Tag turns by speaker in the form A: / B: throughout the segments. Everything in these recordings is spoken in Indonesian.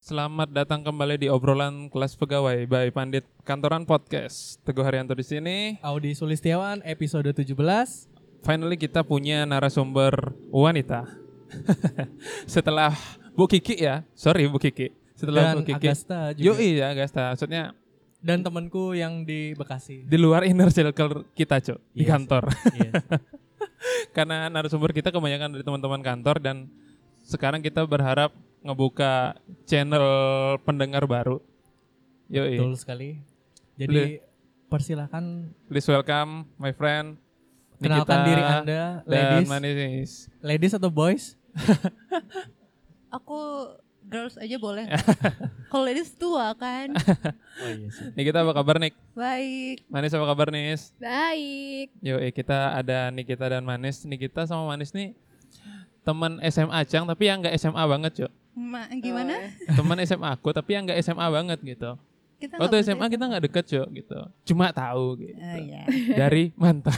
A: Selamat datang kembali di obrolan kelas pegawai by Pandit Kantoran Podcast. Teguh Haryanto di sini.
B: Audi Sulistiawan episode 17
A: Finally kita punya narasumber wanita. Setelah Bu Kiki ya. Sorry Bu Kiki. Setelah
B: dan
A: Bu Kiki.
B: Agasta juga
A: Yo iya Agasta. Maksudnya
B: dan temanku yang di Bekasi.
A: di luar inner circle kita, Cuk, di
B: Iya sih.
A: kantor.
B: Iya.
A: Karena narasumber kita kebanyakan dari teman-teman kantor dan sekarang kita berharap ngebuka channel pendengar baru. Yoi.
B: Betul sekali. Jadi persilahkan
A: Please welcome my friend
B: kenalkan
A: Nikita
B: diri Anda
A: dan
B: ladies.
A: manis.
B: Ladies atau boys?
C: aku girls aja boleh. Kalau ladies tua kan.
B: Oh iya sih.
A: Nikita apa kabar Nik?
C: Baik.
A: Manis apa kabar Nis?
C: Baik.
A: Yo, kita ada Nikita dan Manis. Nikita sama Manis nih teman SMA Cang tapi yang nggak SMA banget, Cok.
C: Ma,
D: Oh, eh.
C: gimana?
A: Teman SMA aku tapi yang nggak SMA banget gitu.
C: Kita nggak
A: Waktu
C: percaya.
A: SMA kita nggak deket, Cok, gitu. Cuma tahu gitu.
C: Ah, iya.
A: Dari mantan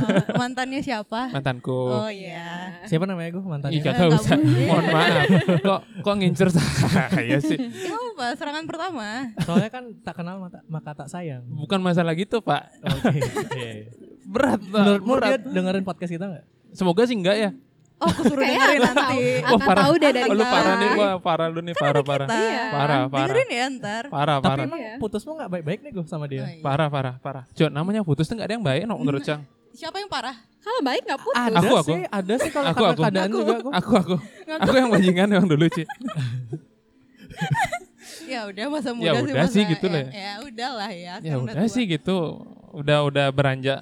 C: Oh, mantannya siapa?
A: mantanku.
C: Oh iya.
B: Siapa namanya gue mantannya?
A: Ika
C: Eh, nggak
A: usah.
C: boleh.
A: Mohon maaf. Kok kok ngincer saya Iya sih?
C: Itu apa? Serangan pertama.
B: Soalnya kan tak kenal mata, maka tak sayang.
A: Bukan masalah gitu, Pak.
B: Oke. Iya, iya.
A: Berat, Pak.
B: Menurutmu
A: berat.
B: dia dengerin podcast kita nggak?
A: Semoga sih enggak ya.
C: Oh, aku suruh dengerin nanti.
A: Wah, parah.
D: tahu deh dari
A: Oh, lu
D: kita.
A: parah nih gua, parah lu nih, parah parah.
C: Iya.
A: Parah, parah.
C: Dengerin ya ntar.
A: Parah,
B: Tapi
A: parah.
B: emang
D: Iya.
B: putusmu nggak baik-baik nih gue sama
C: Oh,
B: dia.
C: iya.
A: Parah, parah, parah. Cuk, namanya putus tuh enggak ada yang baik no, menurut Cang.
C: Siapa yang parah?
D: Kalau baik nggak putus.
B: Ada
A: Aku, aku.
B: sih, ada sih kalau
A: Aku,
B: karena
A: aku.
B: keadaan juga aku.
A: Aku aku. Aku yang bajingan emang dulu, Ci.
C: Ya udah masa muda
A: Ya
C: sih.
A: udah sih
C: masa-
A: gitu lah
C: ya.
A: ya.
C: Ya udah lah ya.
A: Ya
C: kan
A: udah
C: tua.
A: sih gitu. Udah udah beranjak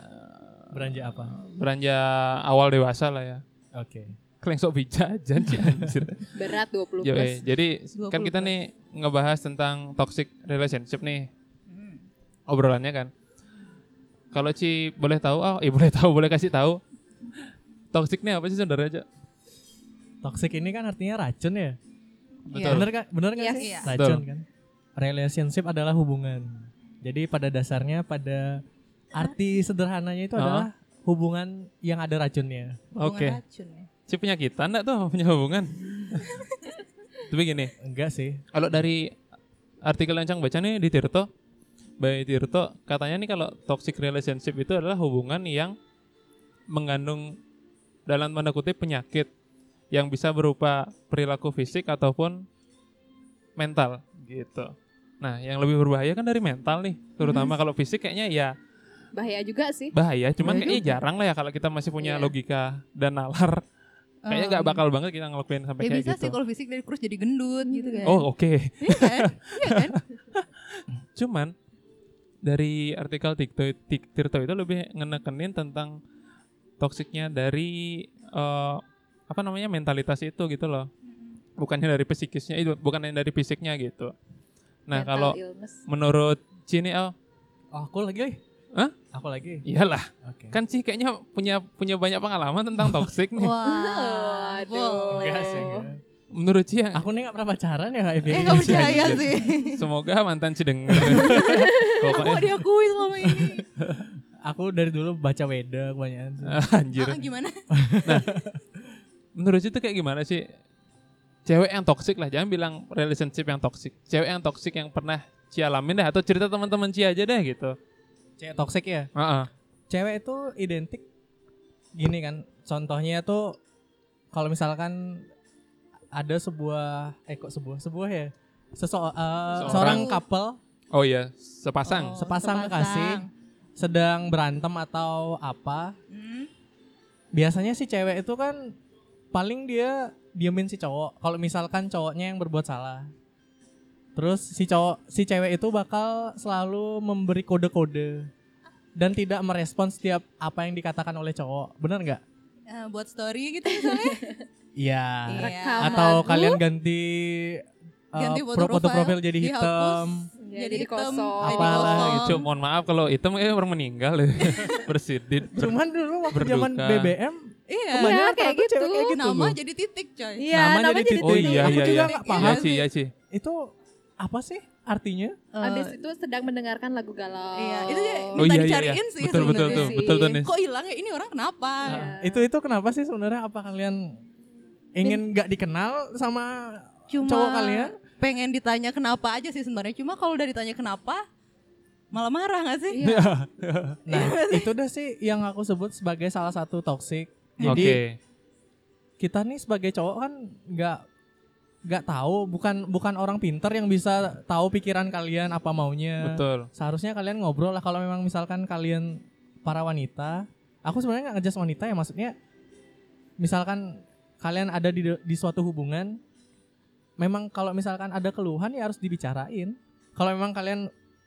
B: Beranjak apa?
A: beranjak awal dewasa lah ya.
B: Oke.
A: Kalian sok bijak aja Ci, anjir.
D: Berat 20
A: Yo,
D: plus.
A: eh, jadi kan
C: 20
A: kita nih ngebahas tentang toxic relationship nih
C: Hmm.
A: obrolannya kan. Kalau Ci boleh tahu, oh, eh, boleh tahu, boleh kasih tahu. Toxic nih apa sih saudara aja?
B: Toxic ini kan artinya racun ya.
C: Iya.
A: Betul.
B: Bener kan? Bener kan
D: Yes.
B: sih?
C: Iya.
B: Racun kan? Relationship adalah hubungan. Jadi pada dasarnya pada arti sederhananya itu
A: Ah.
B: adalah hubungan yang ada racunnya.
C: Hubungan
A: Oke.
C: racun ya.
A: Ci punya kita enggak tuh punya hubungan? Tapi gini,
B: Enggak sih.
A: kalau dari artikel yang Cang baca nih di Tirto, by Tirto katanya nih kalau toxic relationship itu adalah hubungan yang mengandung dalam tanda kutip penyakit yang bisa berupa perilaku fisik ataupun mental gitu. Nah, yang lebih berbahaya kan dari mental nih, terutama
C: Hmm.
A: kalau fisik kayaknya ya
D: Bahaya juga sih.
A: bahaya, cuman
B: Bahaya
A: kayaknya jarang lah ya kalau kita masih punya
D: Iya.
A: logika dan nalar. Kayaknya nggak
C: Em,
A: bakal banget kita ngelakuin sampai
C: Ya
A: kayak
C: bisa
A: gitu.
C: sih kalau fisik dari kurus jadi gendut gitu kan.
A: Oh, oke.
C: Iya kan? Iya kan?
A: Cuman dari artikel Tikto, Tik- Tirto itu lebih ngenekenin tentang toksiknya dari eh, apa namanya mentalitas itu gitu loh. Bukannya dari psikisnya itu, bukan yang dari fisiknya gitu. Nah,
D: Mental
A: kalau
D: illness.
A: menurut Cini oh
B: Oh, aku lagi.
A: Hah?
B: Aku lagi.
A: iyalah,
B: Oke.
A: kan sih kayaknya punya punya banyak pengalaman tentang toksik nih.
C: Wah,
D: Waduh.
C: boleh.
B: Enggak sih. enggak.
A: Menurut ah, Ci yang-
B: Aku nih gak pernah pacaran ya Kak Evi.
C: Eh gak percaya
A: Anjir.
C: sih.
A: semoga mantan Ci denger.
C: Aku
A: Pokoknya
C: gak diakui selama ini.
B: Aku dari dulu baca Weda kebanyakan sih.
A: anjir.
C: Ah, gimana?
A: menurut itu kayak gimana sih cewek yang toksik lah jangan bilang relationship yang toksik cewek yang toksik yang pernah Ci alamin deh atau cerita teman-teman Ci aja deh gitu
B: Cewek toxic ya.
A: Heeh.
B: cewek itu identik gini kan contohnya tuh kalau misalkan ada sebuah eh kok sebuah sebuah ya Seseo- eh, seorang couple
A: oh iya sepasang
C: Oh,
B: sepasang kekasih sedang berantem atau apa
C: Hmm.
B: biasanya si cewek itu kan paling dia diamin si cowok kalau misalkan cowoknya yang berbuat salah terus si cowok si cewek itu bakal selalu memberi kode-kode dan tidak merespon setiap apa yang dikatakan oleh cowok benar nggak
C: Eh, buat story gitu misalnya.
B: Eh, Iya.
C: Iya.
D: Rekam.
B: Atau
D: Sama.
B: kalian ganti uh,
C: Ganti foto
B: pro- foto
C: profile,
B: profil jadi
C: dihapus.
B: hitam.
D: Jadi,
C: Jadi hitam.
D: kosong.
C: jadi
B: Apalah, gitu.
C: kosong.
A: Cuk, gitu. mohon maaf kalau itu eh, orang meninggal bersidit ber-
B: Cuman dulu waktu zaman
A: berduka.
B: BBM
C: Iya.
D: Iya,
B: kebanyakan
D: kayak
B: rata cewek
D: gitu.
B: kayak gitu.
C: Nama
B: loh.
C: jadi titik coy.
D: Iya,
B: Nama
D: namanya
B: jadi
A: oh
D: jadi
B: titik.
D: titik.
A: iya
B: Aku
A: iya
B: juga
A: iya
B: nggak
A: iya
B: paham.
A: Ci iya Ci
B: Itu apa sih artinya?
C: Eh,
D: Abis itu sedang mendengarkan lagu galau.
C: Iya, itu dia
A: oh
C: minta
A: iya iya, iya
C: dicariin sih
A: betul betul
C: sebenarnya
A: tuh
D: sih.
A: betul tuh nih
C: Kok hilang ya ini orang kenapa?
D: Iya.
B: Itu itu kenapa sih sebenarnya apa kalian ingin nggak dikenal sama
C: Cuma
B: cowok ya? kalian?
C: pengen ditanya kenapa aja sih sebenarnya. Cuma kalau udah ditanya kenapa malah marah nggak sih?
D: Iya.
B: Nah, itu udah sih yang aku sebut sebagai salah satu toxic.
A: Oke.
B: Jadi kita nih sebagai cowok kan nggak nggak tahu bukan bukan orang pinter yang bisa tahu pikiran kalian apa maunya
A: Betul.
B: seharusnya kalian ngobrol lah kalau memang misalkan kalian para wanita aku sebenarnya nggak ngejas wanita ya maksudnya misalkan kalian ada di di suatu hubungan memang kalau misalkan ada keluhan ya harus dibicarain kalau memang kalian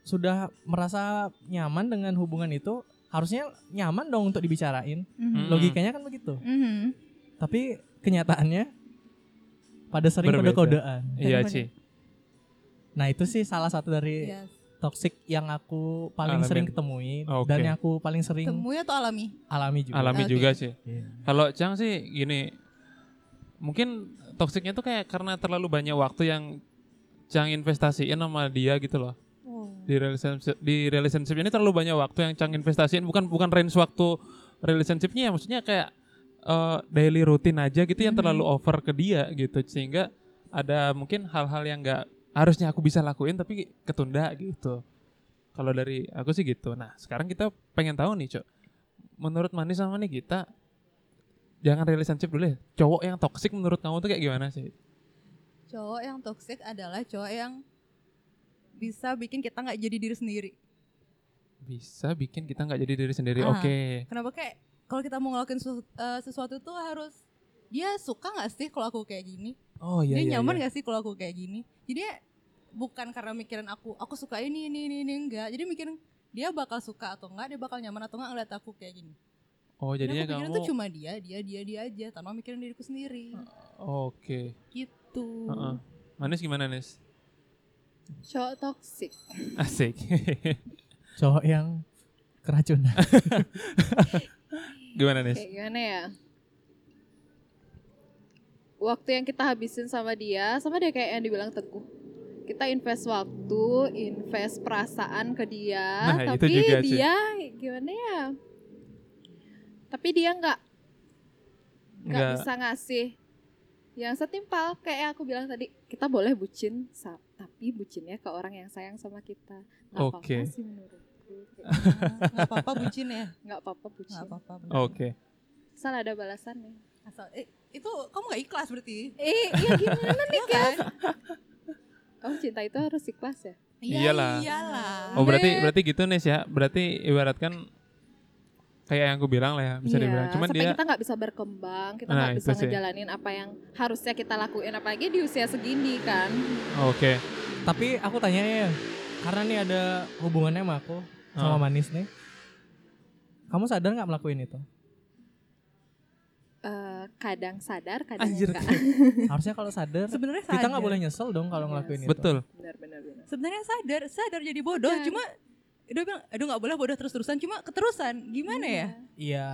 B: sudah merasa nyaman dengan hubungan itu harusnya nyaman dong untuk dibicarain
C: Mhm.
A: Lo-
B: logikanya kan begitu
C: Mhm.
B: tapi kenyataannya pada sering
A: Berbeda.
B: kode-kodean
A: Iya,
C: Bener.
A: Ci.
B: nah itu sih salah satu dari
C: Yes.
B: toxic yang aku paling
A: Alamin.
B: sering ketemui
A: Oke.
B: dan yang aku paling sering
C: Iya, Temui atau alami?
B: alami juga.
A: Alami
C: Oke.
A: juga sih.
B: Iya.
A: Kalau Cang sih gini, mungkin toksiknya tuh kayak karena terlalu banyak waktu yang Cang investasiin sama dia gitu loh.
D: Oh.
A: Di relationship, di relationship ini terlalu banyak waktu yang Cang investasiin bukan bukan range waktu relationshipnya ya maksudnya kayak eh, daily rutin aja gitu yang
C: Mhm.
A: terlalu over ke dia gitu sehingga ada mungkin hal-hal yang nggak harusnya aku bisa lakuin tapi ketunda gitu. Kalau dari aku sih gitu. Nah, sekarang kita pengen tahu nih, Cok. Menurut Manis sama nih kita jangan relationship dulu ya. Cowok yang toksik menurut kamu tuh kayak gimana sih?
C: Cowok yang toxic adalah cowok yang bisa bikin kita nggak jadi diri sendiri.
A: Bisa bikin kita nggak jadi diri sendiri.
C: Ah.
A: Oke.
C: Kenapa kayak kalau kita mau ngelakuin sesu- eh, sesuatu tuh harus dia suka nggak sih kalau aku kayak gini?
A: Oh iya.
C: dia
A: iya,
C: nyaman
A: iya.
C: gak sih kalau aku kayak gini jadi ya, bukan karena mikirin aku aku suka ini ini ini, ini enggak jadi mikirin dia bakal suka atau enggak dia bakal nyaman atau enggak ngeliat aku kayak gini
A: Oh, jadinya kamu
C: aku pikirin tuh cuma dia dia dia dia aja tanpa mikirin diriku sendiri
A: Oke.
C: gitu
A: Heeh. Manis gimana, Nis?
D: Cowok toksik.
A: Asik.
B: Cowok yang keracunan.
A: gimana, Nis?
D: Kayak gimana ya? Waktu yang kita habisin sama dia, sama dia kayak yang dibilang teguh. Kita invest waktu, invest perasaan ke
A: Nah,
D: dia,
A: itu
D: tapi
A: juga sih.
D: dia gimana ya? Tapi dia nggak nggak
A: Nggak.
D: bisa ngasih yang setimpal kayak yang aku bilang tadi kita boleh bucin sa- tapi bucinnya ke orang yang sayang sama kita nggak
A: Oke.
D: apa-apa sih menurutku Kayak
C: nggak apa-apa bucin ya
D: nggak apa-apa bucin
C: nggak apa-apa bucin.
A: Oke.
D: asal ada balasannya
C: Asal, eh, itu kamu nggak ikhlas berarti
D: eh iya gimana nih
C: Iya kan?
D: kamu cinta itu harus ikhlas ya
C: Iya,
A: Iyalah.
C: iyalah.
A: Oh, berarti berarti gitu, Nis ya. Berarti ibaratkan kayak yang aku bilang lah ya, bisa
D: Iya,
A: dibilang. Cuman
D: sampai
A: dia
D: kita nggak bisa berkembang kita
A: Nah,
D: nggak
A: itu
D: bisa
A: sih.
D: ngejalanin apa yang harusnya kita lakuin apalagi di usia segini kan
A: Oke.
B: Tapi aku tanya ya, karena nih ada hubungannya sama aku sama
A: Ah.
B: manis nih. Kamu sadar nggak melakukan itu?
D: Eh, kadang sadar kadang
A: Anjir.
D: enggak
B: Harusnya kalau sadar
C: sebenarnya sadar
B: kita nggak boleh nyesel dong kalau ngelakuin itu.
A: Betul.
D: benar benar benar
C: sebenarnya sadar sadar jadi bodoh
D: Sadar.
C: cuma dia bilang aduh nggak boleh bodoh terus terusan cuma keterusan gimana ya
B: Iya.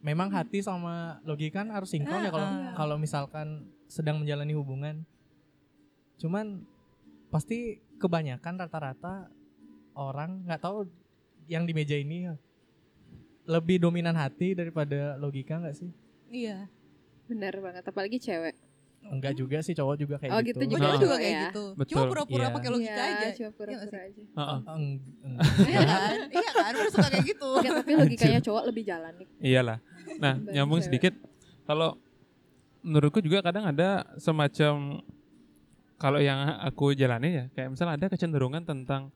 B: Memang hati sama logika kan harus sinkron ya kalau
C: Ah.
B: kalau misalkan sedang menjalani hubungan. Cuman pasti kebanyakan rata-rata orang nggak tahu yang di meja ini lebih dominan hati daripada logika nggak sih?
C: iya
D: benar banget apalagi cewek
B: Enggak juga sih cowok juga kayak
D: Oh,
B: gitu.
D: gitu
C: Gue
D: juga.
C: juga,
A: Nah.
C: juga kayak
D: Ya.
C: gitu. Cuma
A: Betul.
C: pura-pura
B: Iya.
C: pakai logika
D: Iya,
C: aja.
D: cuma pura-pura
C: Iya
D: aja
A: Heeh.
B: Eng- eng-
C: Iya kan? Iya kan? Udah suka kayak gitu.
D: Enggak, tapi logikanya cowok lebih jalan nih
A: Iyalah. Nah,
D: Baru
A: nyambung
D: cewek.
A: sedikit. Kalau menurutku juga kadang ada semacam kalau yang aku jalani ya, kayak misalnya ada kecenderungan tentang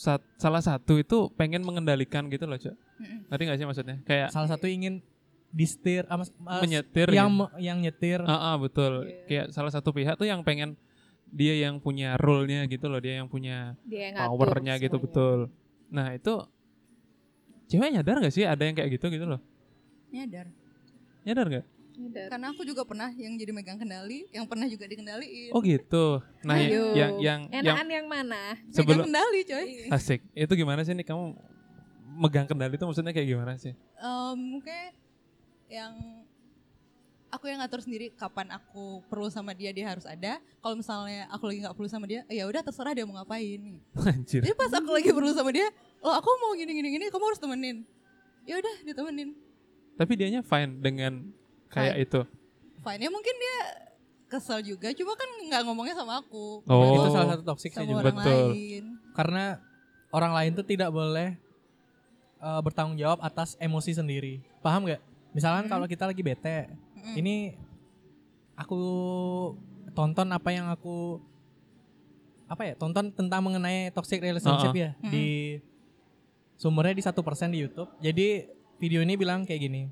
A: sat- salah satu itu pengen mengendalikan gitu loh, Cok.
C: Mm-mm.
A: Ngerti gak sih maksudnya? Kayak
B: Salah satu ingin distir ah, mas- mas-
A: menyetir
B: yang
A: gitu.
B: me- yang nyetir
A: Ah, ah, betul.
D: Iya.
A: Kayak salah satu pihak tuh yang pengen dia yang punya rule-nya gitu loh, dia yang punya
D: dia yang ngatur
A: powernya gitu
D: semuanya.
A: betul. Nah itu cewek nyadar gak sih ada yang kayak gitu gitu loh?
C: Nyadar.
A: Nyadar gak?
D: Benar.
C: Karena aku juga pernah yang jadi megang kendali, yang pernah juga dikendaliin.
D: Iya.
A: Oh gitu. Nah
D: Ayo.
A: yang yang yang
D: enakan yang, mana
C: megang
D: kan?
A: sebelum
C: kendali, coy.
A: asik itu gimana sih nih kamu megang kendali itu maksudnya kayak gimana sih?
C: Em, kayak yang aku yang ngatur sendiri kapan aku perlu sama dia dia harus ada. Kalau misalnya aku lagi nggak perlu sama dia, ya udah terserah dia mau ngapain.
A: Anjir.
C: Jadi pas aku lagi perlu sama dia, loh aku mau gini gini gini, kamu harus temenin. Ya udah ditemenin.
A: Tapi dianya fine dengan kayak itu.
C: Fine ya mungkin dia kesel juga cuma kan nggak ngomongnya sama aku
A: Oh.
B: Itu salah satu toxic sih
C: sama
B: juga.
A: juga.
C: orang
A: Betul.
C: lain
B: Karena orang lain tuh tidak boleh eh, bertanggung jawab atas emosi sendiri. Paham nggak? Misalkan
C: Hmm.
B: kalau kita lagi bete,
C: Mm.
B: ini aku tonton apa yang aku apa ya tonton tentang mengenai toxic relationship ya
C: Mm-mm.
B: di sumbernya di satu persen di YouTube jadi video ini bilang kayak gini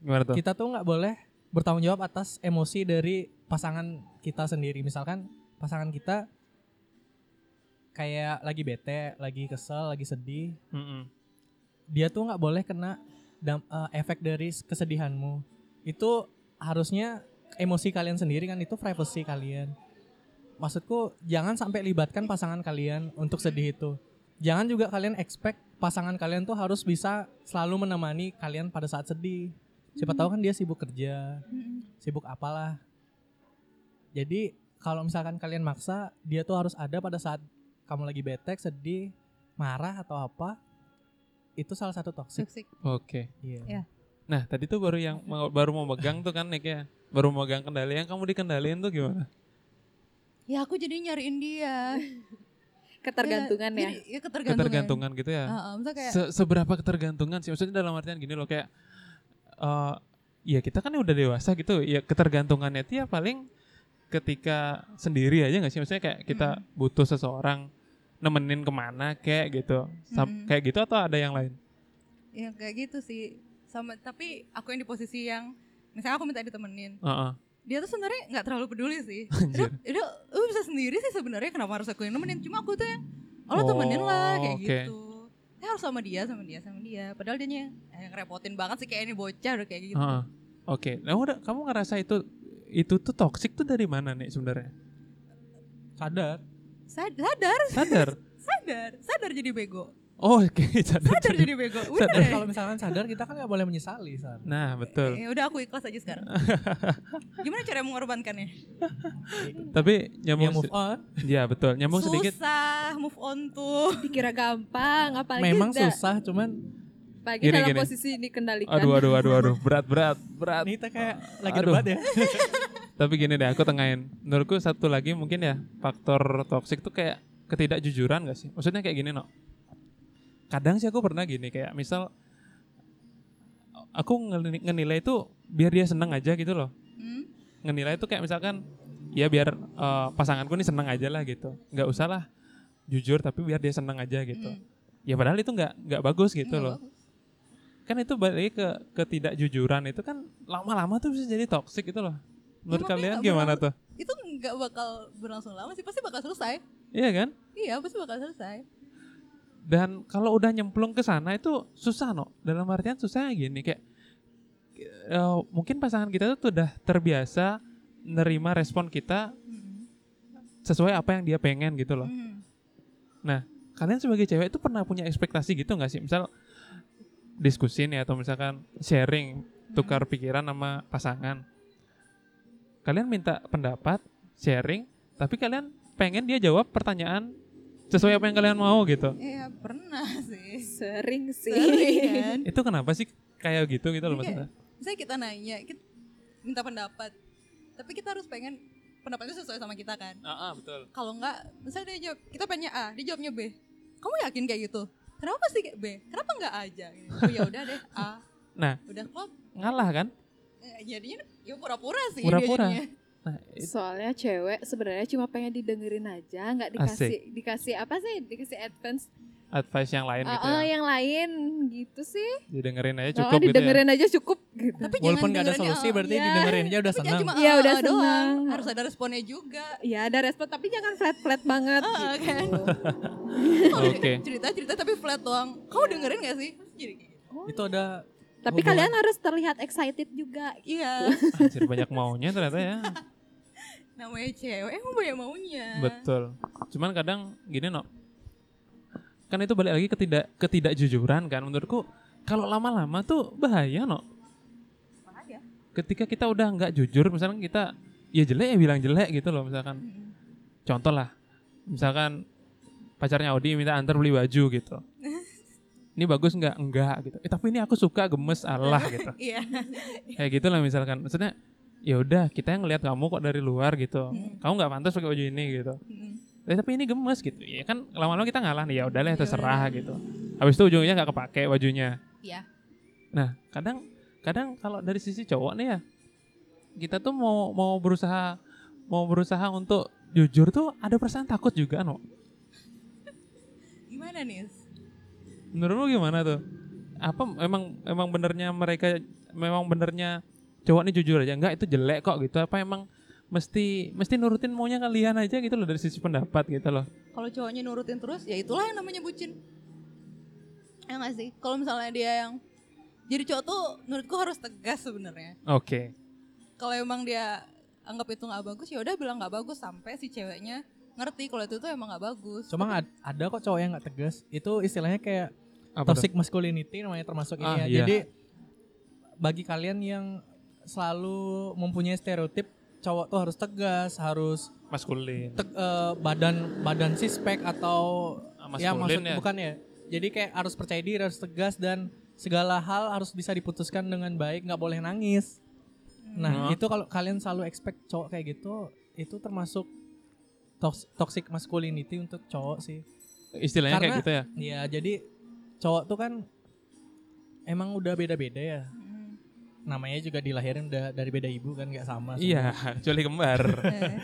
A: Gimana
D: Gitu.
A: tuh?
B: kita tuh nggak boleh bertanggung jawab atas emosi dari pasangan kita sendiri misalkan pasangan kita kayak lagi bete lagi kesel lagi sedih
A: Mm-mm.
B: dia tuh nggak boleh kena dam- eh, efek dari s- kesedihanmu. Itu harusnya emosi kalian sendiri kan itu privacy kalian. Maksudku jangan sampai libatkan pasangan kalian untuk sedih itu. Jangan juga kalian expect pasangan kalian tuh harus bisa selalu menemani kalian pada saat sedih. Siapa tahu kan dia sibuk kerja,
C: Mm-mm.
B: sibuk apalah. Jadi kalau misalkan kalian maksa, dia tuh harus ada pada saat kamu lagi betek, sedih, marah atau apa. Itu salah satu toxic.
C: toxic
A: Oke.
B: Iya.
C: Iya.
A: Nah, tadi tuh baru yang baru mau megang tuh kan Nick ya. Baru mau megang kendali yang kamu dikendaliin tuh gimana?
C: ya aku jadi nyariin dia
D: Ketergantungan ya.
C: Jadi, ya ketergantungan,
A: Ketergantungan gitu ya.
C: Heeh, maksudnya kayak
A: Se- seberapa ketergantungan sih? Maksudnya dalam artian gini loh kayak eh ya kita kan udah dewasa gitu. Ya ketergantungannya itu ya paling ketika sendiri aja nggak sih? Maksudnya kayak kita
C: Hmm.
A: butuh seseorang nemenin kemana kayak gitu. Sam-
C: Mm-mm.
A: Kayak gitu atau ada yang lain?
C: ya kayak gitu sih sama tapi aku yang di posisi yang misalnya aku minta ditemenin
A: Heeh.
C: dia tuh sebenarnya nggak terlalu peduli sih
A: Anjir.
C: udah udah lu bisa sendiri sih sebenarnya kenapa harus aku yang nemenin cuma aku tuh yang oh, lo temenin lah
A: Oh,
C: kayak
A: oke.
C: gitu ya harus sama dia sama dia sama dia padahal dia yang, yang repotin banget sih kayak ini bocah udah kayak gitu
A: Heeh. Oke. Nah, udah kamu ngerasa itu itu tuh toxic tuh dari mana nih sebenarnya?
B: Sadar.
C: Sad- sadar
A: Sadar.
C: sadar sadar jadi bego
A: Oh, oke, sadar.
C: sadar jadi bego udah
B: Dan
C: deh.
B: kalau misalkan sadar kita kan nggak boleh menyesali Sar.
A: Nah, betul.
C: ya udah aku ikhlas aja sekarang gimana cara mengorbankannya
A: Tapi
B: Ya
A: nyambung
B: move
A: se-
B: on.
A: ya betul. Nyambung sedikit.
C: susah move on tuh
D: Dikira gampang, apalagi
B: Memang
D: da-
B: susah cuman
D: Pagi
A: Gini,
D: dalam
A: gini.
D: posisi dikendalikan.
A: Aduh, aduh, aduh, aduh. Berat, berat, berat.
B: ini kita kayak lagi
A: Aduh.
B: debat ya.
A: Tapi gini deh, aku tengahin. Menurutku satu lagi mungkin ya faktor toksik tuh kayak ketidakjujuran gak sih? Maksudnya kayak gini, no. Kadang sih aku pernah gini kayak misal aku ngeni- ngenilai itu biar dia seneng aja gitu loh.
C: Hmm?
A: ngenilai itu kayak misalkan ya biar eh, pasanganku nih seneng aja lah gitu nggak usah lah jujur tapi biar dia seneng aja gitu
C: Mm.
A: ya padahal itu nggak nggak bagus gitu
C: Nggak
A: loh kan itu balik lagi ke ketidakjujuran itu kan lama-lama tuh bisa jadi toksik gitu loh menurut
C: Ya, makanya
A: kalian
C: nggak
A: gimana
C: bakal-
A: tuh
C: itu nggak bakal berlangsung lama sih pasti bakal selesai
A: iya kan
C: iya pasti bakal selesai
A: dan kalau udah nyemplung ke sana itu susah no dalam artian susahnya gini kayak eh, mungkin pasangan kita tuh udah terbiasa nerima respon kita
C: Hmm.
A: sesuai apa yang dia pengen gitu loh
C: Hmm.
A: kalian sebagai cewek itu pernah punya ekspektasi gitu nggak sih misal diskusi nih atau misalkan sharing tukar pikiran sama pasangan kalian minta pendapat sharing tapi kalian pengen dia jawab pertanyaan sesuai apa yang kalian mau gitu
C: Iya pernah sih.
D: Sering ya. sih.
C: Sering kan.
A: itu kenapa sih kayak gitu gitu loh
C: Iya.
A: maksudnya
C: Misalnya kita nanya, kita minta pendapat, tapi kita harus pengen pendapatnya sesuai sama kita kan.
A: betul
C: Kalau enggak, misalnya dia jawab, kita pengennya A, dia jawabnya B. Kamu yakin kayak gitu? Kenapa pasti kayak B? Kenapa enggak A aja? Gitu. Oh ya udah deh A.
A: Nah.
C: udah klop.
A: ngalah kan
C: Eh, Jadinya ya pura-pura sih dia
A: Pura-pura.
C: jadinya.
A: nah it-
D: Soalnya cewek sebenarnya cuma pengen didengerin aja, nggak dikasih dikasih apa sih? Dikasih advance.
A: advice yang lain
D: Eh,
A: gitu
D: eh,
A: ya
D: yang lain gitu sih.
A: didengerin aja
D: Cukup
A: cukup gitu ya
D: Ah, didengerin aja cukup gitu.
C: Tapi
B: Walaupun
C: jangan
B: nggak ada
C: dengerin
B: solusi
C: A.
B: berarti
D: Iya.
B: didengerin aja udah
C: Tapi jangan
B: senang.
C: cuma
D: Iya,
C: A,
D: udah
C: A doang.
D: senang.
C: Harus ada responnya juga.
D: Ya ada respon tapi jangan flat-flat banget
C: Ah,
D: gitu.
C: kan.
A: oke
C: Cerita-cerita tapi flat doang. Kamu dengerin gak sih? Terus Jadi kayak gitu.
B: Itu ada
D: Tapi
B: Hubungan.
D: kalian harus terlihat excited juga.
C: Iya.
A: Anjir, banyak maunya ternyata ya
C: namanya cewek emang banyak maunya
A: Betul. Cuman kadang gini no. Kan itu balik lagi ke tidak ketidakjujuran kan menurutku kalau lama-lama tuh bahaya no.
C: Bahaya.
A: Ketika kita udah nggak jujur misalkan kita ya jelek ya bilang jelek gitu loh misalkan. Contoh lah. Misalkan pacarnya Audi minta antar beli baju gitu. Ini bagus nggak? Enggak gitu. Eh, tapi ini aku suka gemes Allah gitu.
C: iya
A: Kayak gitu lah misalkan. Maksudnya ya udah kita yang ngelihat kamu kok dari luar gitu
C: Mm.
A: kamu nggak pantas pakai baju ini gitu
C: Mm-mm.
A: "Eh, tapi ini gemes gitu ya kan lama-lama kita ngalah nih ya udahlah
C: Ya
A: terserah gitu habis itu ujungnya nggak kepake bajunya
C: Iya.
A: nah kadang kadang kalau dari sisi cowok nih ya kita tuh mau mau berusaha mau berusaha untuk jujur tuh ada perasaan takut juga no
C: Gimana nih?
A: menurutmu gimana tuh apa emang emang benernya mereka memang benernya cowok ini jujur aja enggak itu jelek kok gitu apa emang mesti mesti nurutin maunya kalian aja gitu loh dari sisi pendapat gitu loh
C: Kalau cowoknya nurutin terus, ya itulah yang namanya bucin. Ya nggak sih? Kalau misalnya dia yang jadi cowok tuh menurutku harus tegas sebenarnya.
A: oke
C: Kalau emang dia anggap itu nggak bagus, ya udah bilang nggak bagus sampai si ceweknya ngerti kalau itu tuh emang nggak bagus.
B: Cuma ad- ada kok cowok yang nggak tegas. Itu istilahnya kayak
A: apa tuh?
B: toxic masculinity namanya termasuk ini
A: Ah,
B: ya.
A: iya.
B: Jadi bagi kalian yang selalu mempunyai stereotip cowok tuh harus tegas, harus
A: maskulin
B: teg- eh, badan badan sispek atau
A: Ah,
B: ya maksud
A: maskulin ya,
B: bukan ya. Jadi kayak harus percaya diri, harus tegas dan segala hal harus bisa diputuskan dengan baik, nggak boleh nangis. Nah,
A: Hmm.
B: itu kalau kalian selalu expect cowok kayak gitu, itu termasuk tox- toxic masculinity untuk cowok sih.
A: istilahnya kayak
B: Karena-
A: gitu ya
B: Iya, jadi cowok tuh kan emang udah beda-beda ya.
C: Mm.
B: Namanya juga dilahirin udah dari beda ibu kan nggak sama. semua.
A: iya kecuali kembar
C: Eh,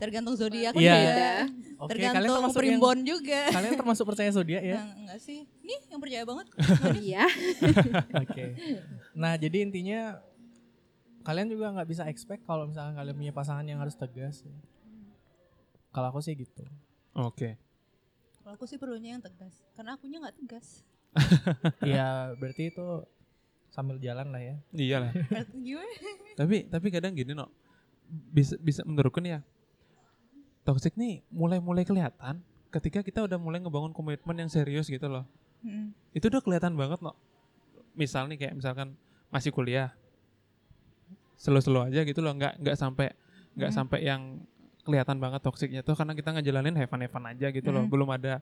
C: Tergantung
B: Iya.
C: zodiak kan beda.
D: Beda.
B: Oke, kalian
C: Tergantung
B: termasuk yang,
C: primbon juga.
B: kalian termasuk percaya zodiak ya.
C: Nah, enggak sih. Nih yang percaya banget.
D: Iya.
B: Oke. Nah, jadi intinya kalian juga nggak bisa expect kalau misalkan kalian punya pasangan yang harus tegas. ya. Kalau aku sih gitu.
A: oke
C: Kalau aku sih perlunya yang tegas. Karena akunya nggak tegas.
B: Iya, berarti itu sambil jalan lah ya.
A: iyalah
C: Berarti Gimana?
A: tapi tapi kadang gini no bisa bisa menurutku nih ya toxic nih mulai mulai kelihatan ketika kita udah mulai ngebangun komitmen yang serius gitu loh
C: Mm.
A: itu udah kelihatan banget no misal nih kayak misalkan masih kuliah slow-slow aja gitu loh nggak nggak sampai nggak
C: Hmm.
A: sampai yang kelihatan banget toksiknya tuh karena kita ngejalanin heaven heaven aja gitu loh
C: Hmm.
A: belum ada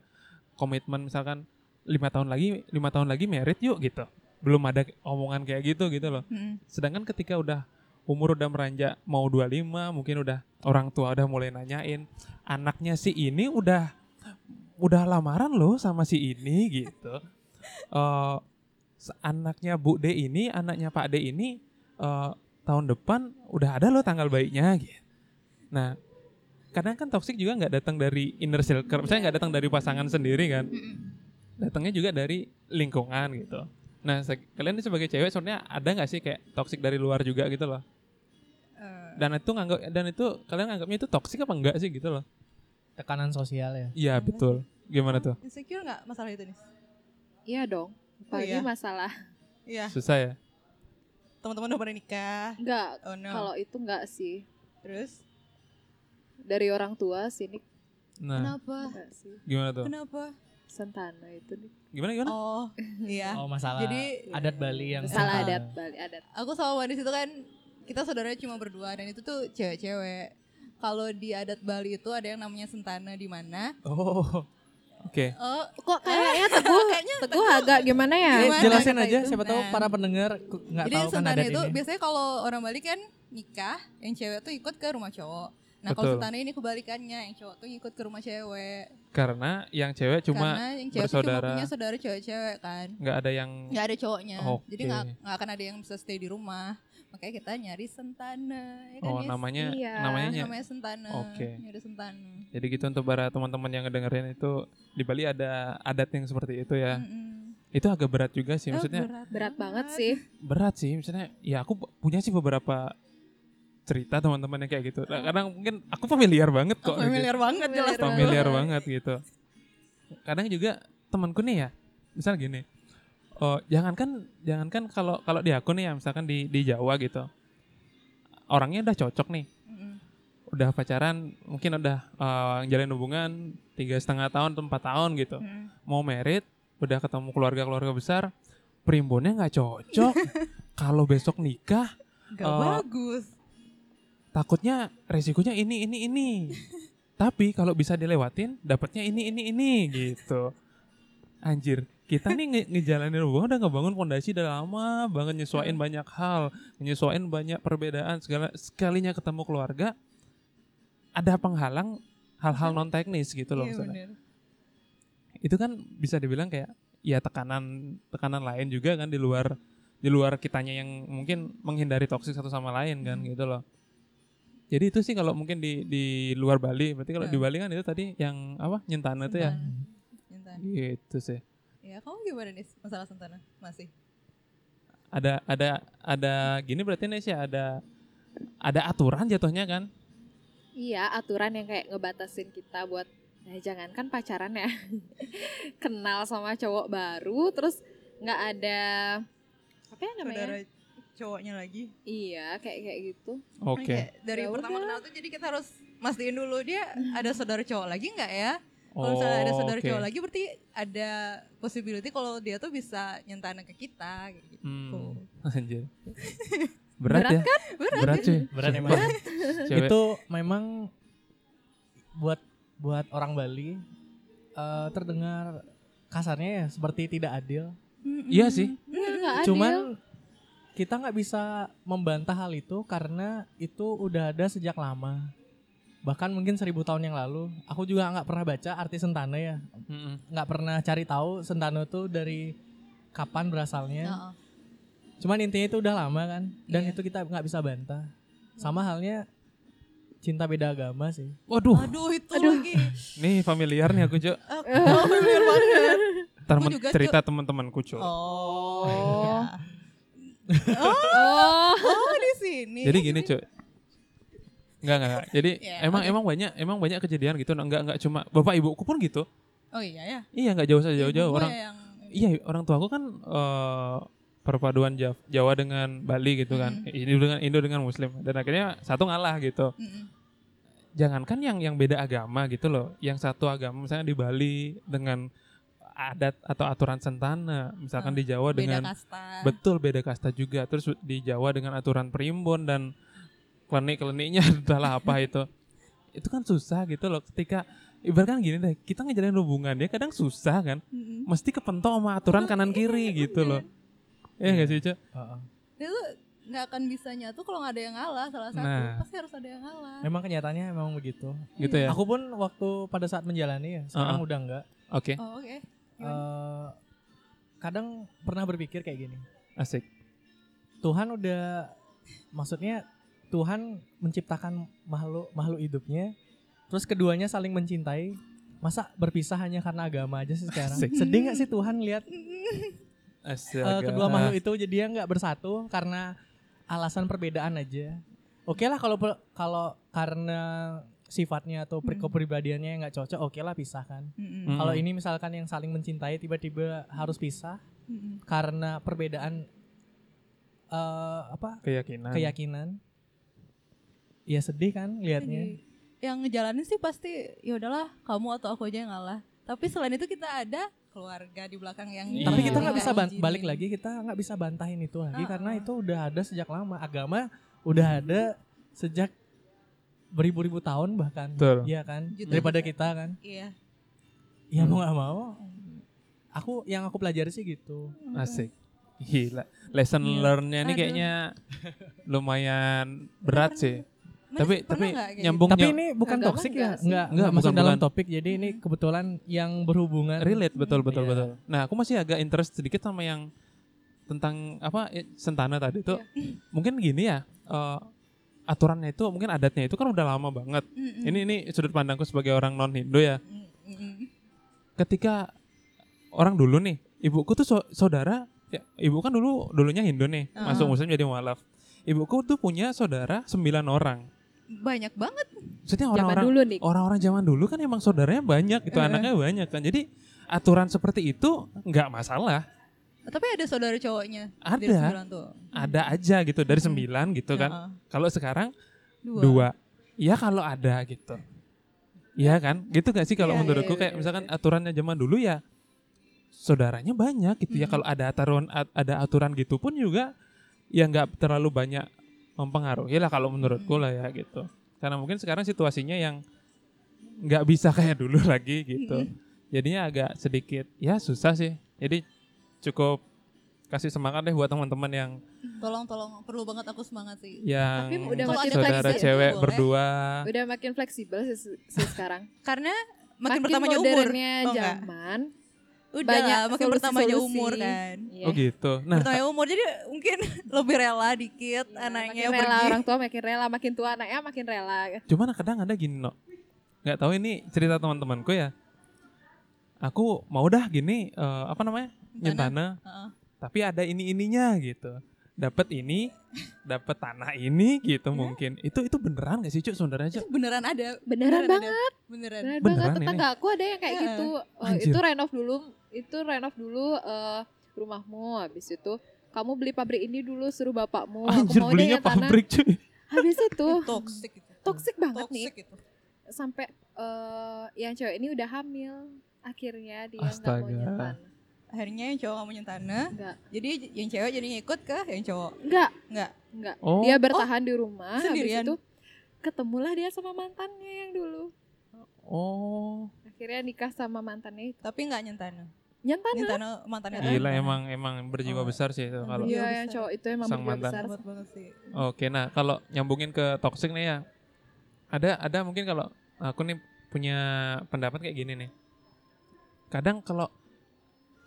A: komitmen misalkan lima tahun lagi lima tahun lagi merit yuk gitu belum ada omongan kayak gitu gitu loh
C: Mm.
A: sedangkan ketika udah umur udah meranjak mau 25 mungkin udah orang tua udah mulai nanyain anaknya si ini udah udah lamaran loh sama si ini gitu Eh, se- anaknya Bu D ini anaknya Pak D ini eh, tahun depan udah ada loh tanggal baiknya gitu nah kadang kan toksik juga nggak datang dari inner circle misalnya nggak datang dari pasangan sendiri kan
C: Mm-mm.
A: datangnya juga dari lingkungan gitu. Nah, se- kalian sebagai cewek sebenarnya ada nggak sih kayak toksik dari luar juga gitu loh?
C: Eh,
A: Dan itu nganggap dan itu kalian anggapnya itu toksik apa enggak sih gitu loh?
B: Tekanan sosial ya.
A: Iya, betul. Gimana tuh?
C: Insecure nggak masalah itu nih?
D: Iya dong. Apalagi
C: iya.
D: masalah.
C: Iya,
A: Susah ya?
C: teman-teman udah pada nikah.
D: Enggak.
C: Oh no.
D: Kalau itu enggak sih.
C: Terus
D: Dari orang tua sini
A: Nah,
C: kenapa?
D: enggak sih.
A: gimana tuh?
C: Kenapa?
D: Sentana itu nih.
A: Gimana gimana?
C: Oh, iya.
B: Oh, masalah
C: Jadi-
B: adat Bali yang
D: Salah
B: sama.
D: adat Bali adat.
C: Aku sama Wan di situ kan kita saudaranya cuma berdua dan itu tuh cewek-cewek. Kalau di adat Bali itu ada yang namanya sentana di mana?
B: Oh.
A: Oke.
C: Oh,
D: Kok kayaknya teguh, teguh agak gimana ya?
B: Eh,
C: Gimana
B: jelasin
C: kita
B: aja
C: itu?
B: siapa tahu
C: Nah.
B: para pendengar ku- nggak
C: Jadi
B: tahu kan
C: sentana
B: adat
C: itu
B: ini.
C: biasanya kalau orang Bali kan nikah, yang cewek tuh ikut ke rumah cowok. Nah,
A: Betul.
C: kalau sentana ini kebalikannya, yang cowok tuh ikut ke rumah cewek.
A: Karena yang cewek cuma
C: Karena yang cewek tuh cuma
A: bersaudara.
C: punya saudara cewek-cewek kan.
A: nggak ada yang
C: nggak ada cowoknya jadi
A: Oke.
C: nggak nggak akan ada yang bisa stay di rumah makanya kita nyari sentana ya kan,
A: oh
C: Yes?
A: namanya
D: Iya.
A: namanya Nya.
C: namanya sentana
A: Oke.
C: nyari sentana
A: Jadi gitu untuk para teman-teman yang ngedengerin itu di Bali ada adat yang seperti itu ya.
C: Mm-mm.
A: Itu agak berat juga sih
C: Eh,
A: maksudnya.
C: berat,
D: Berat banget sih.
A: berat sih misalnya ya aku bu- punya sih beberapa cerita teman-teman yang kayak gitu Nah, kadang mungkin aku familiar banget
C: Oh,
A: kok
C: familiar banget jelas
A: gitu. familiar banget gitu kadang juga temanku nih ya misal gini oh jangankan jangankan kalau kalau di aku nih ya misalkan di di Jawa gitu orangnya udah cocok nih
C: Mm-mm.
A: udah pacaran mungkin udah eh, jalin hubungan tiga setengah tahun atau empat tahun gitu
C: Mm-mm.
A: mau merit udah ketemu keluarga keluarga besar primbonnya nggak cocok kalau besok nikah
C: nggak
A: Eh,
C: bagus
A: takutnya resikonya ini ini ini tapi kalau bisa dilewatin dapatnya ini ini ini gitu anjir kita nih nge- ngejalanin hubungan udah ngebangun fondasi udah lama banget nyesuaiin
C: Hmm.
A: banyak hal nyesuaiin banyak perbedaan segala sekalinya ketemu keluarga ada penghalang hal-hal non teknis gitu loh
C: Iya,
A: misalnya
C: bener.
A: itu kan bisa dibilang kayak ya tekanan tekanan lain juga kan di luar di luar kitanya yang mungkin menghindari toksik satu sama lain kan
C: Hmm.
A: gitu loh. Jadi itu sih kalau mungkin di di luar Bali, berarti kalau di
C: Ya.
A: Bali kan itu tadi yang apa Nyentana itu ya.
C: Sentana. Sentana.
A: Gitu sih.
C: Ya, kamu gimana nih masalah sentana? Masih.
A: Ada ada ada gini berarti nih sih ada ada aturan jatuhnya kan.
D: Iya, aturan yang kayak ngebatasin kita buat nah, jangankan pacaran ya. Kenal sama cowok baru terus nggak ada apa ya namanya?
C: Saudara cowoknya lagi. Kan
D: Iya, kayak kayak gitu.
A: Oke.
C: Kayak Dari
D: Ya
C: pertama
D: udah.
C: kenal tuh jadi kita harus mastiin dulu dia ada saudara cowok lagi nggak ya? Kalau misalnya ada saudara
A: Oh, oke.
C: cowok lagi berarti ada possibility kalau dia tuh bisa nyentana ke kita kayak gitu.
A: Hmm, anjir. Berat, ya?
C: Berat, kan?
A: Berat cuy.
B: Berat
A: Sumpah.
B: emang.
A: Cewek.
B: Itu memang buat buat orang Bali eh, terdengar kasarnya ya seperti tidak adil.
A: Iya sih.
D: Iya, nggak adil.
B: Cuman kita nggak bisa membantah hal itu karena itu udah ada sejak lama. Bahkan mungkin seribu tahun yang lalu. Aku juga nggak pernah baca arti sentana ya.
A: Mm-mm.
B: Nggak pernah cari tahu sentana itu dari kapan berasalnya.
C: Heeh.
B: Cuman intinya itu udah lama kan dan
C: Iya.
B: itu kita nggak bisa bantah. Sama halnya cinta beda agama sih.
A: Waduh,
C: Aduh itu
D: Aduh.
C: lagi.
D: Eh.
A: nih familiar nih aku, Jo.
C: Aku bener banget.
A: Ntar
C: Gua
A: men-
C: juga,
A: cerita teman-temanku cuy.
C: Oh.
D: Oh.
C: Oh. Oh di sini.
A: Jadi gini cuy. Enggak enggak. enggak. Jadi
C: Ya,
A: emang emang banyak emang banyak kejadian gitu. Enggak enggak cuma bapak ibuku pun gitu.
C: Oh iya ya.
A: Iya enggak jauh saja jauh-jauh
C: Ibu gua
A: orang.
C: yang-
A: Iya orang tuaku kan eh, perpaduan Jav- Jawa dengan Bali gitu kan. Indo dengan Indo dengan Muslim dan akhirnya satu ngalah gitu.
C: Mm-mm.
A: Jangankan yang yang beda agama gitu loh. Yang satu agama misalnya di Bali dengan adat atau aturan sentana, misalkan di Jawa
C: Ah, beda
A: Oh, dengan
C: kasta.
B: Ah.
A: Betul beda kasta juga. Terus di Jawa dengan aturan primbon dan klinik-kliniknya adalah apa itu. Itu kan susah gitu loh ketika ibaratkan gini deh, kita ngejalin hubungan dia kadang susah kan.
C: Mm-mm. Iya,
A: Mesti kepentok sama aturan kanan kiri
B: Iya,
A: gitu loh. Ya enggak sih, Cok?
C: Dia tuh nggak akan bisa nyatu kalau nggak ada yang ngalah salah satu.
A: Nah.
C: Pasti harus ada yang ngalah.
B: Memang kenyataannya memang begitu.
A: Gitu ya.
C: Iya.
B: Aku pun waktu pada saat menjalani ya, sekarang udah enggak.
A: Oke,
C: Oh, Oke. Gimana?
B: Eh, kadang pernah berpikir kayak gini.
A: asik.
B: Tuhan udah maksudnya Tuhan menciptakan makhluk makhluk hidupnya terus keduanya saling mencintai masa berpisah hanya karena agama aja sih sekarang
A: Asik.
B: sedih nggak sih Tuhan lihat
A: Mm. Asik. ah,
B: eh, kedua makhluk itu jadinya nggak bersatu karena alasan perbedaan aja oke lah kalau per- kalau karena sifatnya atau per- kepribadiannya yang nggak cocok oke lah pisahkan
C: Mm-mm.
A: Mm.
B: kalau ini misalkan yang saling mencintai tiba-tiba harus pisah
C: Mm-mm.
B: karena perbedaan eh apa
A: keyakinan.
B: keyakinan. Ya sedih kan liatnya.
C: Jadi, yang ngejalanin sih pasti ya udahlah kamu atau aku aja yang ngalah. Tapi selain itu kita ada keluarga di belakang yang
A: Iya.
B: Tapi kita
A: Iya.
B: nggak bisa ban-
C: izinin.
B: balik lagi kita nggak bisa bantahin itu lagi
C: Ah,
B: karena
C: ah.
B: itu udah ada sejak lama agama udah ada sejak beribu-ribu tahun bahkan.
A: Betul.
B: Iya kan
C: Juta-juta.
B: daripada kita kan.
C: Iya.
B: Ya
A: Hmm.
B: mau nggak mau. Aku yang aku pelajari sih gitu.
A: Asik. Gila. Lesson
C: Iya.
A: learn-nya ini
C: Aduh.
A: kayaknya lumayan berat sih.
C: Mana-
A: Tapi
C: pernah
A: tapi
C: nggak kayak gitu?
A: nyambung
B: Tapi
A: nyam-
B: ini bukan
D: agama
B: toksik ya?
D: nggak sih?
B: Nggak,
A: Nggak,
B: nggak masuk
A: bukan,
B: dalam
A: bukan.
B: topik. Jadi ini
C: Hmm.
B: kebetulan yang berhubungan
A: Kan relate betul betul
B: Iya.
A: betul. Nah, aku masih agak interest sedikit sama yang tentang apa eh, sentana tadi tuh. Mungkin gini ya, eh, aturannya itu mungkin adatnya itu kan udah lama banget.
C: Mm-mm.
A: Ini ini sudut pandangku sebagai orang non Hindu ya.
C: Mm-mm.
A: Ketika orang dulu nih, ibuku tuh so- saudara ya, ibu kan dulu dulunya Hindu nih,
C: Heeh.
A: masuk muslim jadi mualaf. Ibuku tuh punya saudara 9 orang.
C: Banyak banget.
A: Maksudnya
D: Zaman
A: orang-orang
D: dulu nih.
A: orang-orang zaman dulu kan emang saudaranya banyak gitu,
C: Eh.
A: anaknya banyak kan. Jadi aturan seperti itu nggak masalah.
C: Tapi ada saudara cowoknya.
A: Ada.
C: Dari sembilan tuh.
A: ada aja gitu dari
C: Mm-mm.
A: sembilan gitu kan.
C: Heeh.
A: Kalau sekarang
C: Dua.
A: dua, ya kalau ada gitu. Iya kan, gitu gak sih kalau
C: Iya,
A: menurutku
C: iya,
A: kayak
C: iya,
A: misalkan aturannya zaman dulu ya saudaranya banyak gitu ya
C: Mm-mm.
A: kalau ada aturan ada aturan gitu pun juga ya nggak terlalu banyak mempengaruhi lah kalau menurutku
C: Mm.
A: lah ya gitu. Karena mungkin sekarang situasinya yang nggak bisa kayak dulu lagi gitu. jadinya agak sedikit ya susah sih jadi cukup kasih semangat deh buat teman-teman yang
C: Tolong tolong perlu banget aku semangat sih.
A: yang
D: Tapi udah makin
A: saudara
D: fleksibel,
A: cewek
C: boleh.
A: berdua
D: Udah makin fleksibel sih, sih sekarang.
C: Karena makin, bertambahnya umur.
D: modernnya
C: tau nggak?
D: zaman.
C: Udah
D: banyak
C: lah, makin
D: solusi-solusi.
C: bertambahnya umur kan.
D: Iya.
A: oh gitu nah
C: Bertambahnya umur jadi mungkin lebih rela dikit
D: Iya,
C: anaknya
D: makin rela
C: pergi.
D: orang tua makin rela makin tua anaknya makin rela
A: cuman kadang ada gini no nggak tahu ini cerita teman-temanku ya aku mau dah gini eh, apa namanya
C: Nah,
A: nyentana
C: Heeh.
A: tapi ada ini ininya gitu dapat ini dapat tanah ini gitu
D: Iya.
A: mungkin itu itu beneran gak sih cuk sebenarnya
C: Itu
A: cuk
C: beneran ada.
D: beneran,
C: ada.
D: banget Uh.
C: Beneran.
D: beneran,
A: Beneran
D: banget
A: ini.
D: tetangga aku ada yang kayak
C: Iya.
D: gitu Eh,
A: Anjir.
D: itu renov dulu itu renov dulu eh, rumahmu habis itu kamu beli pabrik ini dulu suruh bapakmu
A: anjir
D: Oh, aku mau deh
A: belinya
D: yang tanah
A: pabrik cuy
D: habis itu
C: Toxic gitu.
D: toksik banget nih
C: Toxic gitu.
D: sampai eh, yang cewek ini udah hamil akhirnya dia nggak
A: Astaga.
D: mau nyetan
C: Akhirnya yang cowok gak mau nyentana.
D: Enggak.
C: Jadi yang cewek jadi ngikut ke yang cowok.
D: enggak
C: Enggak.
D: enggak
A: oh
D: dia bertahan di rumah
C: sendirian.
D: habis itu ketemulah dia sama mantannya yang dulu
A: oh
D: akhirnya nikah sama mantannya itu
C: Tapi gak nyentana.
D: nyentan
C: Nyentana mantannya.
A: gila
C: Nyentana.
A: emang emang berjiwa
C: Oh.
A: besar sih itu kalau
C: Iya,
D: Iya, yang
C: besar.
D: cowok itu emang
A: Sang
D: berdua
A: mantan.
D: besar.
C: Hebat banget sih.
A: Oke, nah kalau nyambungin ke toxic nih ya, ada ada mungkin kalau aku nih punya pendapat kayak gini nih. Kadang kalau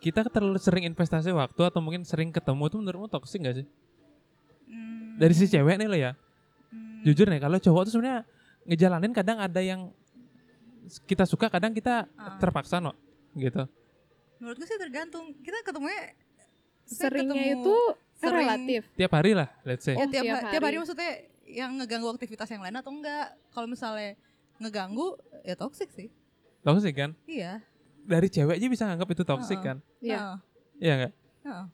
A: kita terlalu sering investasi waktu atau mungkin sering ketemu itu menurutmu toxic gak sih?
C: Hmm.
A: Dari si cewek nih lo ya,
C: Hmm.
A: jujur nih kalau cowok tuh sebenarnya ngejalanin kadang ada yang kita suka, kadang kita
C: Ah.
A: terpaksa no, gitu.
C: Menurutku sih tergantung. Kita ketemunya saya
D: Seringnya
C: ketemu
D: itu kan
C: sering.
D: relatif.
A: Tiap hari lah, let's say.
C: Ya,
D: Oh,
C: tiap,
D: tiap
C: ha- tiap hari
D: hari.
C: maksudnya yang ngeganggu aktivitas yang lain atau enggak? Kalau misalnya ngeganggu ya toxic sih.
A: Toxic kan?
C: Iya.
A: Dari cewek aja bisa nganggap itu toxic
C: Ah.
A: kan?
D: Iya.
C: Heeh.
A: Iya nggak?
C: Heeh.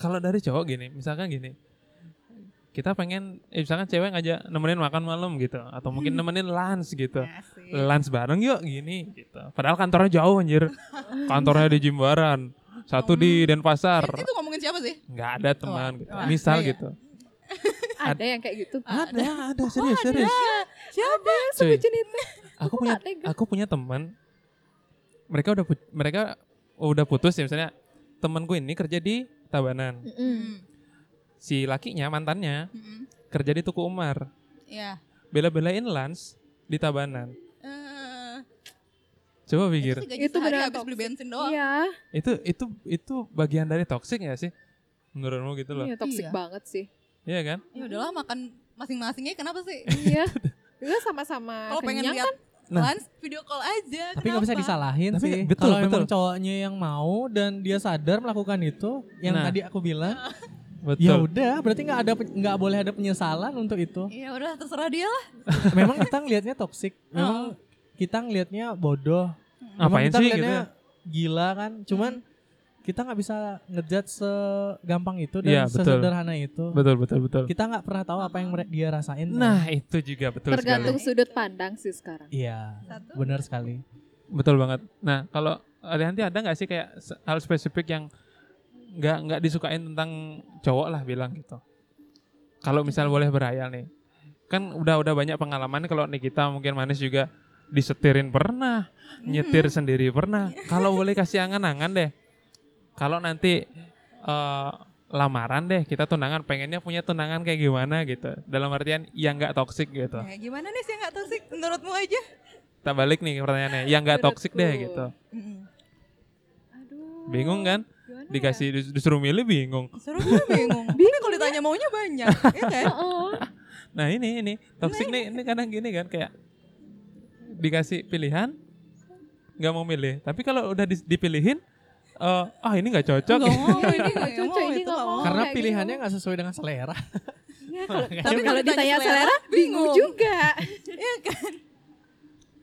A: kalau dari cowok gini, misalkan gini, kita pengen, eh, misalkan cewek ngajak nemenin makan malam gitu, atau mungkin nemenin lunch gitu,
C: Asik.
A: lunch bareng yuk gini gitu. Padahal kantornya jauh anjir, kantornya di Jimbaran, satu di Denpasar,
C: Eh, Itu ngomongin siapa sih?
A: nggak ada teman gitu,
C: oh, wah,
A: misal
C: iya. Ah,
A: gitu.
D: Ada yang kayak gitu.
A: Ada,
C: Oh,
A: ada serius serius.
D: Siapa yang
A: Cuy.
D: sebutin itu?
A: Aku
D: Aku
A: punya,
D: nggak tega.
A: aku punya teman, mereka udah put- mereka udah putus ya misalnya. Temanku ini kerja di Tabanan,
D: Mm-mm.
A: si lakinya mantannya
C: Mm-mm.
A: kerja di Tuku Umar.
C: Hmm. Iya.
A: bela-belain Lance di Tabanan.
C: Eh,
A: Coba
C: itu
A: pikir,
C: sih gaji
D: Itu
C: sehari
D: beneran
C: habis beli
D: toxic.
C: bensin doang.
D: Iya.
A: itu itu itu bagian dari toxic ya sih? Menurutmu gitu loh.
D: Iya, toksik
C: Iya.
D: banget sih.
A: Iya kan?
C: Ya udahlah makan masing-masingnya kenapa sih?
D: Iya. Juga sama-sama
C: Kalau pengen
D: kenyang kan?
C: lihat
A: Nah.
C: lunch video call aja.
B: Tapi nggak bisa
C: kenapa?
B: disalahin
A: Tapi
B: sih.
A: betul,
B: Kalau memang
A: betul.
B: cowoknya yang mau dan dia sadar melakukan itu, yang
A: Nah.
B: tadi aku bilang, ya
A: Betul.
B: udah, berarti nggak ada pe- nggak boleh ada penyesalan untuk itu.
C: Ya udah terserah dia lah.
B: Memang kita ngelihatnya toksik, memang kita ngelihatnya bodoh. Memang
A: Ngapain
B: kita
A: sih gitu?
B: ngelihatnya Gila kan, cuman
C: Hmm.
B: kita nggak bisa ngejat segampang itu dan
A: Iya, betul.
B: sesederhana itu.
A: Betul betul betul.
B: Kita nggak pernah tahu apa yang mere- dia rasain.
A: Nah, itu juga betul
D: tergantung
A: sekali.
D: sudut pandang sih sekarang.
B: iya,
C: Satu.
B: benar sekali.
A: Betul banget. Nah, kalau Rianti ada nggak sih kayak se- hal spesifik yang nggak nggak disukain tentang cowok lah bilang gitu. Kalau misal boleh berhayal nih, kan udah udah banyak pengalaman kalau Nikita mungkin manis juga disetirin pernah, nyetir sendiri pernah. Kalau boleh kasih angan-angan deh. Kalau nanti eh, lamaran deh, kita tunangan pengennya punya tunangan kayak gimana gitu. Dalam artian yang nggak toksik gitu.
C: Ya, gimana nih sih yang nggak toxic menurutmu aja?
A: Kita balik nih pertanyaannya, yang nggak toksik deh
D: Menurutku.
A: gitu.
C: Mm-mm.
D: Aduh.
A: Bingung kan?
D: Gimana ya?
C: Iya.
A: Dikasih dis- disuruh milih bingung.
C: Seru gue bingung. Tapi kalau ditanya maunya banyak, ya kan?
D: Heeh.
A: Nah ini ini
C: Nah,
A: toksik nih ini kadang gini kan kayak dikasih pilihan nggak mau milih. Tapi kalau udah dis- dipilihin, eh, ah ini nggak cocok.
C: Nggak mau ini
D: nggak
C: nggak
D: cocok,
C: mau,
D: ini
C: itu Oh, nggak
D: nggak mau.
C: mau.
B: Karena
D: kayak gitu.
B: pilihannya nggak sesuai dengan selera.
D: Iya, kalau-
B: Makanya
D: tapi
C: kalau
D: kalau
C: ditanya
D: ditanya
C: selera,
D: selera bingung juga.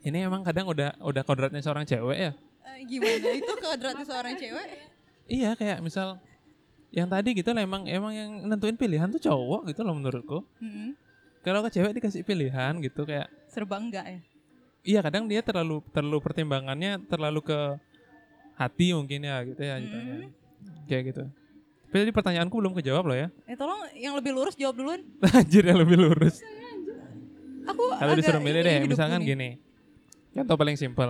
A: Ini emang kadang udah udah kodratnya seorang cewek ya.
C: Eh, gimana itu kodratnya seorang cewek?
A: Iya kayak misal yang tadi gitu lah emang emang yang nentuin pilihan tuh cowok gitu loh menurutku.
C: Mm-mm.
A: Kalau ke cewek dikasih pilihan gitu kayak
C: Serba enggak ya?
A: iya kadang dia terlalu terlalu pertimbangannya terlalu ke hati mungkin ya gitu ya gitu
C: Hmm.
A: ya. Kayak gitu. Tapi tadi pertanyaanku belum kejawab loh ya.
C: Eh tolong yang lebih lurus jawab duluan.
A: Anjir yang lebih lurus.
C: Aku
A: Kalau
C: agak
A: disuruh milih
C: ini
A: deh,
C: hidupku
A: misalkan
C: nih.
A: gini. Contoh paling simpel.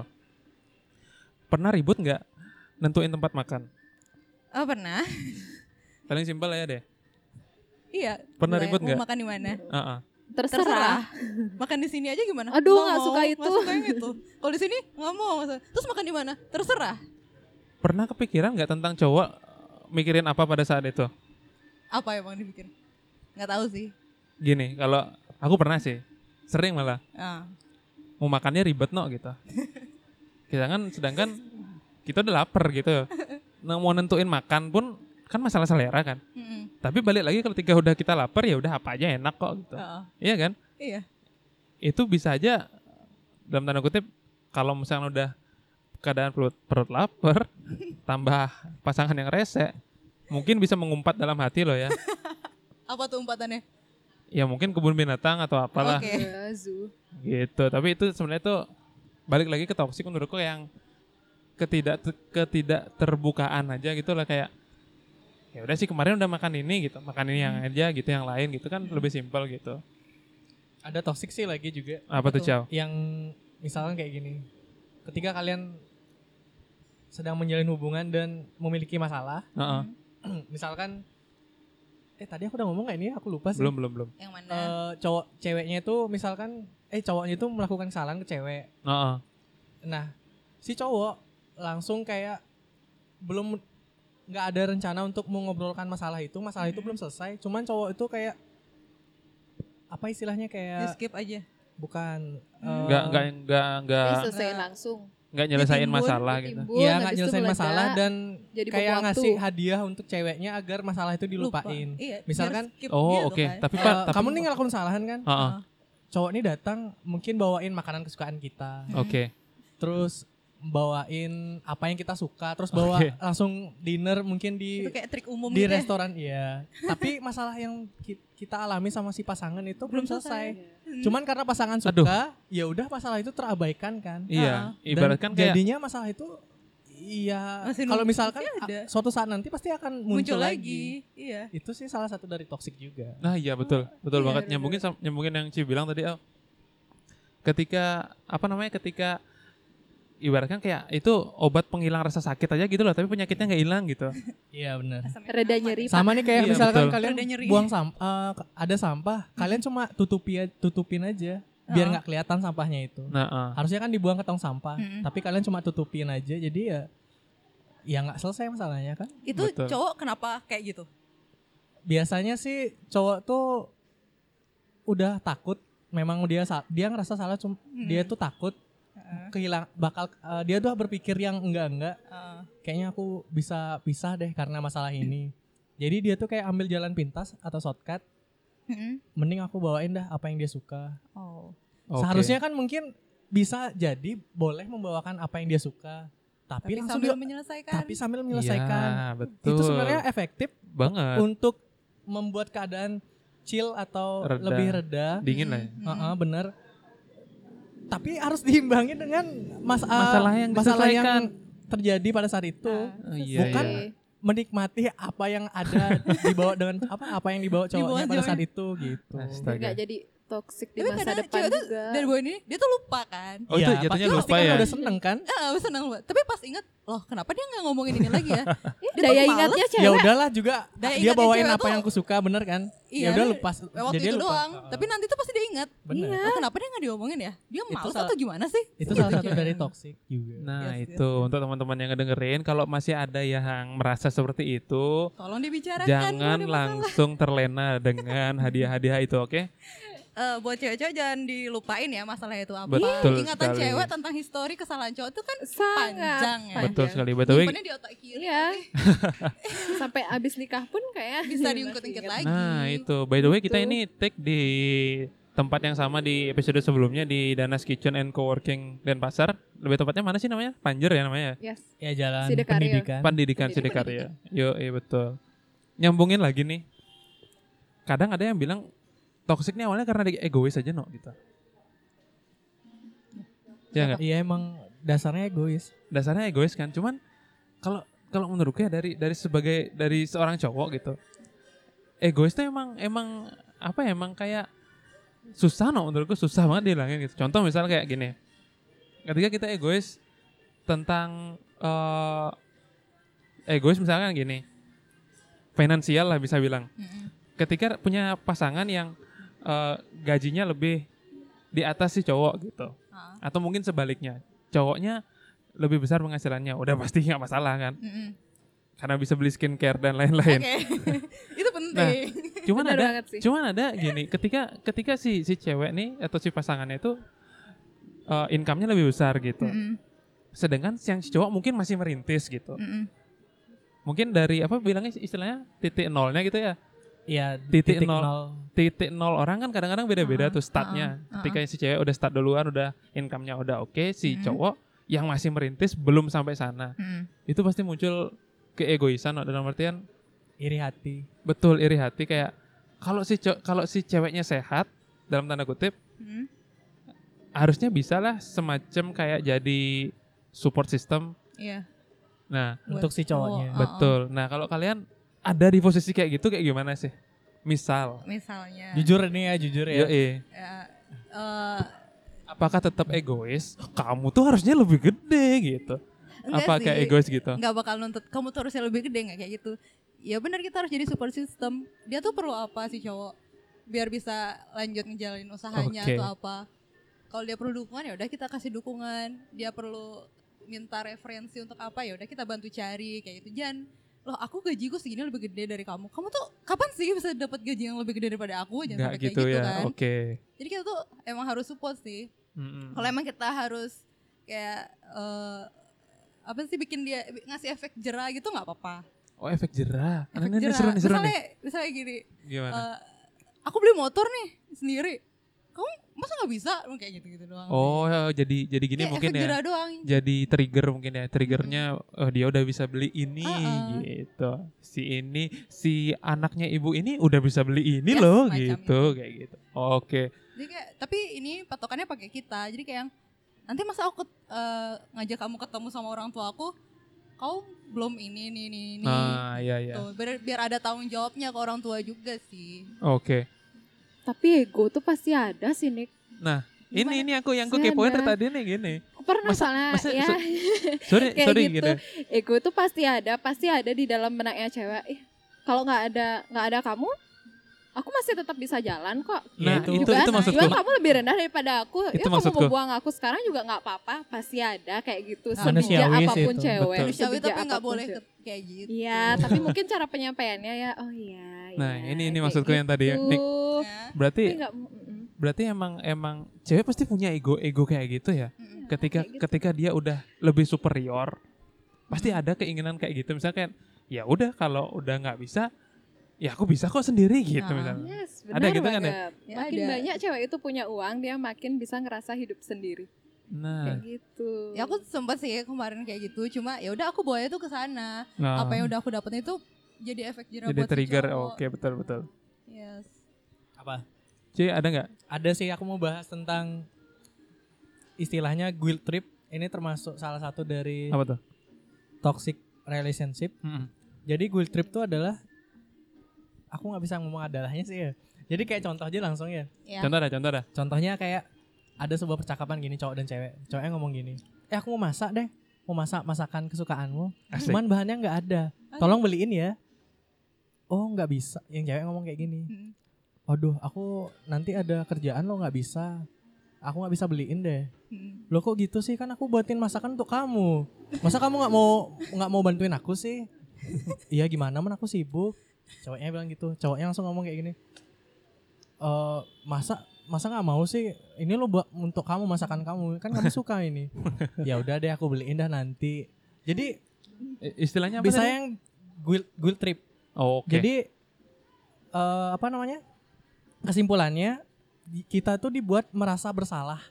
A: pernah ribut nggak nentuin tempat makan?
C: Oh pernah.
A: Paling simpel ya deh.
C: Iya.
A: Pernah
C: Mulai,
A: ribut
C: mau
A: nggak?
C: Makan di mana?
A: Heeh.
D: Terserah.
C: Makan di sini aja gimana?
D: Aduh,
C: Nggak
D: nggak
C: mau,
D: suka
C: nggak
D: itu.
C: suka yang itu. Kalau di sini nggak mau. nggak suka. Terus makan di mana? Terserah.
A: Pernah kepikiran nggak tentang cowok mikirin apa pada saat itu?
C: Apa emang dipikir? Nggak tahu sih.
A: Gini, kalau aku pernah sih, sering malah
C: Ah.
A: mau makannya ribet no gitu. Kita kan sedangkan kita udah lapar gitu. Nah, mau nentuin makan pun kan masalah selera kan.
C: Mm-mm.
A: Tapi balik lagi ketika udah kita lapar ya udah apa aja enak kok gitu.
C: Ah,
A: Iya kan?
C: Iya.
A: Itu bisa aja dalam tanda kutip kalau misalnya udah keadaan perut, perut lapar tambah pasangan yang rese mungkin bisa mengumpat dalam hati loh ya.
C: Apa tuh umpatannya?
A: Ya mungkin kebun binatang atau apalah.
C: Oke.
D: Ya, Zu.
A: gitu tapi itu sebenarnya tuh balik lagi ke toksik menurutku yang ketidak ketidak terbukaan aja gitu lah kayak ya udah sih kemarin udah makan ini gitu makan ini
B: Hmm.
A: yang aja gitu yang lain gitu kan lebih simpel gitu
B: Ada toxic sih lagi juga.
A: apa tuh Chow?
B: Yang misalkan kayak gini. Ketika kalian sedang menjalin hubungan dan memiliki masalah,
A: Heeh.
B: misalkan eh tadi aku udah ngomong kayak ini aku lupa Iya sih.
A: belum belum belum
C: Yang mana?
B: Eh, cowok ceweknya itu misalkan eh cowoknya itu melakukan kesalahan ke cewek.
A: Heeh.
B: Nah, si cowok langsung kayak belum nggak ada rencana untuk mengobrolkan masalah itu. Masalah itu belum selesai. Cuman cowok itu kayak apa istilahnya
C: Di
B: kayak
C: skip aja.
B: bukan eh,
C: Hmm.
B: Oh.
A: nggak nggak nggak nggak
D: Selesai
C: Nggak.
D: langsung.
A: nggak nyelesain
C: ditimbun,
A: masalah gitu
D: Timbul,
B: Iya
D: habis
B: nggak
D: itu
B: nyelesain
D: meledak,
B: masalah dan
D: jadi bom
B: kayak
D: waktu.
B: ngasih hadiah untuk ceweknya agar masalah itu
C: Lupa.
B: dilupain.
C: Iya, biar
B: Misalkan,
C: skip
A: oh
C: gitu
A: oke
C: kan.
A: tapi
B: Eh,
A: pak tapi-
B: kamu nih ngelakuin kesalahan kan?
A: Heeh.
B: Cowok ini datang mungkin bawain makanan kesukaan kita,
A: oke
B: terus bawain apa yang kita suka, terus bawa
A: Oke.
B: langsung dinner mungkin di
C: Itu kayak trik umum
B: di
C: gitu ya.
B: restoran iya. Tapi masalah yang ki- kita alami sama si pasangan itu belum
C: Belum selesai. Nah,
B: selesai.
D: Iya.
B: Cuman karena pasangan
A: Aduh.
B: suka, ya udah masalah itu terabaikan kan.
A: iya
B: Dan
A: ibaratkan kayak
B: jadinya masalah itu iya
C: Masih
B: kalau
C: nunggu,
B: misalkan
C: pasti ada.
B: a- suatu saat nanti pasti akan muncul,
C: Muncul
B: lagi.
C: lagi. Iya.
B: Itu sih salah satu dari toxic juga.
A: Nah iya betul, betul
B: Oh,
C: iya,
A: banget.
C: bener-bener.
A: Nyambungin sam- nyambungin yang Ci bilang tadi, El. ketika apa namanya ketika ibaratkan kayak itu obat penghilang rasa sakit aja gitu loh, tapi penyakitnya nggak hilang gitu.
B: Iya benar.
C: Asam
D: Reda
C: enak,
D: nyeri.
B: Sama nih kayak
A: Iya,
B: misalkan
A: betul.
B: kalian
C: Rada nyeri.
B: buang sampah ada sampah, kalian cuma tutupi tutupin aja biar
C: Heeh.
B: nggak kelihatan sampahnya itu.
A: Nah, eh.
B: Harusnya kan dibuang ke tong sampah,
C: Mm-mm.
B: tapi kalian cuma tutupin aja jadi ya ya nggak selesai masalahnya kan.
C: Itu
A: Betul.
C: cowok kenapa kayak gitu?
B: Biasanya sih cowok tuh udah takut memang dia sa- dia ngerasa salah cuma
C: Mm.
B: dia tuh takut
C: Heeh.
B: kehilang bakal eh, dia tuh berpikir yang enggak-enggak
C: Heeh.
B: kayaknya aku bisa pisah deh karena masalah ini. Jadi dia tuh kayak ambil jalan pintas atau shortcut,
C: Mm-mm.
B: mending aku bawain dah apa yang dia suka.
C: Oh.
A: Oke.
B: Seharusnya kan mungkin bisa jadi boleh membawakan apa yang dia suka, tapi,
C: Tapi
B: langsung
C: sambil
B: dia-
C: menyelesaikan.
B: tapi sambil menyelesaikan.
A: Iya, betul. Nah.
B: Itu sebenarnya efektif
A: banget
B: untuk membuat keadaan chill atau
A: Reda.
B: lebih reda.
A: dingin lah. ya.
C: Mm-mm.
B: Heeh, bener. Tapi harus diimbangi dengan mas- eh,
A: Masalah yang
B: masalah yang
A: diselesaikan.
B: terjadi pada saat itu.
D: Nah.
A: Oh, iya,
B: Bukan
A: iya.
B: menikmati apa yang ada dibawa dengan apa apa yang dibawa
C: Dibawa
B: cowoknya pada
C: cowoknya.
B: saat itu gitu.
A: Astaga.
D: Nggak jadi toxic di
C: Tapi
D: masa
C: kadang
D: depan
C: cewek tuh
D: juga. Iya,
C: Dari bawah ini dia tuh lupa kan.
A: Oh itu
B: Iya,
A: jatuhnya
B: pasti-
A: lupa
B: pasti kan
A: ya.
B: udah seneng kan?
C: Ah, senang lupa. Tapi pas inget, loh kenapa dia nggak ngomongin ini lagi ya?
D: Ih,
C: Dia
D: daya
C: tuh males.
D: ingatnya
B: Ya
D: cewek.
B: udahlah juga
C: Daya
B: dia
C: ingatnya
B: bawain
C: Nah, cewek
B: apa
C: tuh-
B: yang aku suka bener kan?
C: Iya,
B: ya udah
C: dia-
B: lepas.
C: Waktu
B: jadi
C: itu
B: lupa.
C: doang.
B: Heeh.
C: Tapi nanti tuh pasti dia inget.
B: Bener.
D: Iya.
C: Loh, kenapa dia nggak diomongin ya? Dia males
B: salah-
C: atau gimana sih?
B: Itu
C: Gitu
B: salah satu
C: cewek.
B: dari toxic juga.
A: Nah
C: Yes, yes,
A: itu untuk teman-teman yang ngedengerin, kalau masih ada yang merasa seperti itu,
C: Tolong
B: kan
C: dibicarakan.
A: jangan
C: kalau ada masalah.
A: langsung terlena dengan hadiah-hadiah itu, oke?
B: Iya.
C: Eh, buat cewek-cewek jangan dilupain ya masalah itu apa.
A: Betul
C: Ingatan
A: sekali.
C: cewek tentang histori kesalahan cowok itu kan
D: Sangat.
C: panjang ya.
A: Betul
D: Iya.
A: sekali. By the way,
C: Simpannya di otak kiri.
D: Iya. Sampai abis nikah pun kayak Iya.
C: Bisa
D: masih
C: diungkit-ungkit
D: ingat.
C: lagi.
A: Nah itu, by the way kita
D: Gitu.
A: ini take di tempat yang sama di episode sebelumnya di Danas Kitchen and Coworking Denpasar. Lebih tepatnya mana sih namanya? Panjer ya namanya. ya?
D: Yes.
B: Ya jalan
D: Sidekarya.
B: pendidikan.
A: Pendidikan
D: Pendidikan.
A: Sidekarya. Yo, iya betul. Nyambungin lagi nih. Kadang ada yang bilang toxic nih awalnya karena dia egois aja no gitu. Ya nggak?
B: Iya emang dasarnya egois.
A: Dasarnya egois kan. Cuman kalau kalau menurutku ya dari dari sebagai dari seorang cowok gitu. Egois tuh emang emang apa ya, emang kayak susah no menurutku susah banget dihilangin gitu. Contoh misalnya kayak gini. Ketika kita egois tentang eh egois misalkan gini finansial lah bisa bilang
C: Mm-mm.
A: ketika punya pasangan yang eh, gajinya lebih di atas si cowok gitu
C: Ah.
A: atau mungkin sebaliknya cowoknya lebih besar penghasilannya udah pasti nggak masalah kan
C: Mm-mm.
A: karena bisa beli skincare dan
C: Oke,
A: lain-lain
C: itu penting.
A: cuman
D: Benar
A: ada
D: banget sih.
A: cuman ada gini ketika ketika si si cewek nih atau si pasangannya itu eh, income-nya lebih besar gitu
C: Mm-mm.
A: sedangkan si yang si cowok mungkin masih merintis gitu
C: Mm-mm.
A: mungkin dari apa bilangnya istilahnya titik nolnya gitu ya
B: Iya,
A: Titik nol. titik nol orang kan kadang-kadang beda-beda
C: Uh-uh,
D: Uh-huh.
A: tuh startnya
C: uh-uh, uh-uh.
A: ketika si cewek udah start duluan udah income-nya udah oke si
C: Mm.
A: cowok yang masih merintis belum sampai sana
C: Mm-mm.
A: itu pasti muncul keegoisan Nok, dalam artian
B: Iri hati.
A: betul iri hati kayak kalau si co- kalau si ceweknya sehat dalam tanda kutip
C: Mm-mm.
A: harusnya bisa lah semacam kayak jadi support system.
C: Iya.
A: Nah,
C: Buat
B: Untuk si cowoknya.
C: cowok.
A: betul. Nah, kalau kalian ada di posisi kayak gitu kayak gimana sih? Misal,
C: Misalnya.
B: Jujur ini ya, jujur ya.
A: yoi,
C: ya, eh,
A: apakah tetap egois? Kamu tuh harusnya lebih gede gitu.
C: enggak
A: Apa
C: sih,
A: kayak egois gitu?
C: Enggak bakal nuntut kamu tuh harusnya lebih gede nggak kayak gitu. Ya benar kita harus jadi support system. Dia tuh perlu apa sih cowok biar bisa lanjut ngejalanin usahanya
A: Oke.
C: atau apa. Kalau dia perlu dukungan ya udah kita kasih dukungan. Dia perlu minta referensi untuk apa ya udah kita bantu cari kayak gitu. Jangan loh aku gaji gue segini lebih gede dari kamu. Kamu tuh kapan sih bisa dapat gaji yang lebih gede daripada aku? Jangan
A: Enggak
C: sampai
A: gitu,
C: kayak gitu
A: ya.
C: kan.
A: Oke.
C: Jadi kita tuh emang harus support sih.
A: Mm-mm.
C: kalau emang kita harus kayak eh, apa sih bikin dia ngasih efek jerah gitu nggak apa-apa
A: Oh, efek jerah. Nah,
C: efek
A: ini seru nih, seru nih.
C: misalnya misalnya gini
A: Gimana?
C: eh, aku beli motor nih sendiri kamu masa nggak bisa Emang kayak gitu gitu doang
A: oh, ya, jadi jadi gini
C: Kayak
A: mungkin
C: Iya, efek
A: ya.
C: jerah doang
A: Jadi trigger mungkin ya. Triggernya
D: Hmm.
A: oh, dia udah bisa beli ini
C: Uh-uh.
A: gitu. Si ini si anaknya ibu ini udah bisa beli ini
C: Yes,
A: loh
C: macam
A: gitu kayak gitu. Oke.
C: jadi kayak tapi ini patokannya pakai kita jadi kayak yang, nanti masa aku ket- eh, ngajak kamu ketemu sama orang tua aku kau belum ini nih nih nih
A: Nah, ya ya.
C: Tuh, biar, biar ada tanggung jawabnya ke orang tua juga sih
A: Oke.
D: Tapi ego tuh pasti ada sih Nick.
A: Nah, ini ini aku yang aku
D: Saya
A: kepoin
D: ada.
A: tadi nih gini.
D: Pernah
A: Masa-
D: soalnya
A: masa-
D: ya.
A: so- Sorry,
D: Kayak
A: sorry
D: gitu.
A: gitu.
D: ego tuh pasti ada, pasti ada di dalam benaknya cewek. Ih, kalau nggak ada nggak ada kamu, aku masih tetap bisa jalan kok.
A: Nah,
B: Itu
A: itu itu,
D: juga,
A: maksudku.
D: juga kamu lebih rendah daripada aku.
A: Itu
D: ya
A: maksudku.
D: kamu mau buang aku sekarang juga nggak apa-apa, pasti ada kayak gitu.
C: Nah,
D: Sebijak
B: manusiawi sih
D: apapun
B: itu.
D: cewek,
A: Betul.
C: manusiawi
D: sebijak
C: tapi nggak
D: apapun
C: boleh
D: cewek.
C: ke- kayak gitu
D: Iya, tapi mungkin cara penyampaiannya ya, oh iya.
A: Nah,
D: iya,
A: ini ini
D: kayak
A: maksudku yang tadi ya.
D: gitu.
A: Nick,
C: Ya.
A: berarti
D: Tapi nggak- mm-mm.
A: berarti emang emang cewek pasti punya ego ego kayak gitu ya.
C: Mm-mm.
A: ketika
D: kayak gitu.
A: ketika dia udah lebih superior pasti ada keinginan kayak gitu misalnya kayak ya udah kalau udah nggak bisa ya aku bisa kok sendiri gitu
C: Ah.
A: misalnya
D: Yes, benar
A: Ada gitu kan ya?
D: banget.
C: Ya,
D: Makin
C: ada.
D: banyak cewek itu punya uang, dia makin bisa ngerasa hidup sendiri.
A: nah,
D: Kayak gitu.
C: ya aku sempat sih kemarin kayak gitu cuma ya udah aku bawanya tuh ke sana
A: nah,
C: apa yang udah aku dapetin itu jadi efek jerah
A: jadi
C: buat si
A: trigger
C: cowok.
A: oke betul betul
C: yes
B: Apa?
A: cuy ada nggak
B: Ada sih aku mau bahas tentang istilahnya guilt trip. Ini termasuk salah satu dari
A: apa tuh
B: toxic relationship.
A: Mm-mm.
B: Jadi guilt trip itu adalah aku nggak bisa ngomong adalahnya sih ya. Jadi kayak contoh aja langsung ya.
C: Ya.
A: contoh ada contoh ada
B: Contohnya kayak ada sebuah percakapan gini cowok dan cewek. Cowoknya ngomong gini, "Eh aku mau masak deh. Mau masak masakan kesukaanmu.
A: Asik.
B: Cuman bahannya nggak ada. Tolong beliin ya." Oh, nggak bisa. Yang cewek ngomong kayak gini.
C: Mm.
B: Waduh, aku nanti ada kerjaan lo nggak bisa. Aku nggak bisa beliin deh.
C: Mm.
B: Lo kok gitu sih? Kan aku buatin masakan untuk kamu. Masa kamu nggak mau nggak mau bantuin aku sih? Iya gimana? Men aku sibuk. Cowoknya bilang gitu. Cowoknya langsung ngomong kayak gini. Eh masa masa nggak mau sih? Ini lo buat untuk kamu masakan kamu. Kan kamu suka ini. ya udah deh, aku beliin dah nanti. Jadi
A: I- istilahnya apa
B: bisa
A: tadi?
B: yang guilt guilt trip.
A: Oh, oke
B: Jadi eh, apa namanya? Kesimpulannya di- kita tuh dibuat merasa bersalah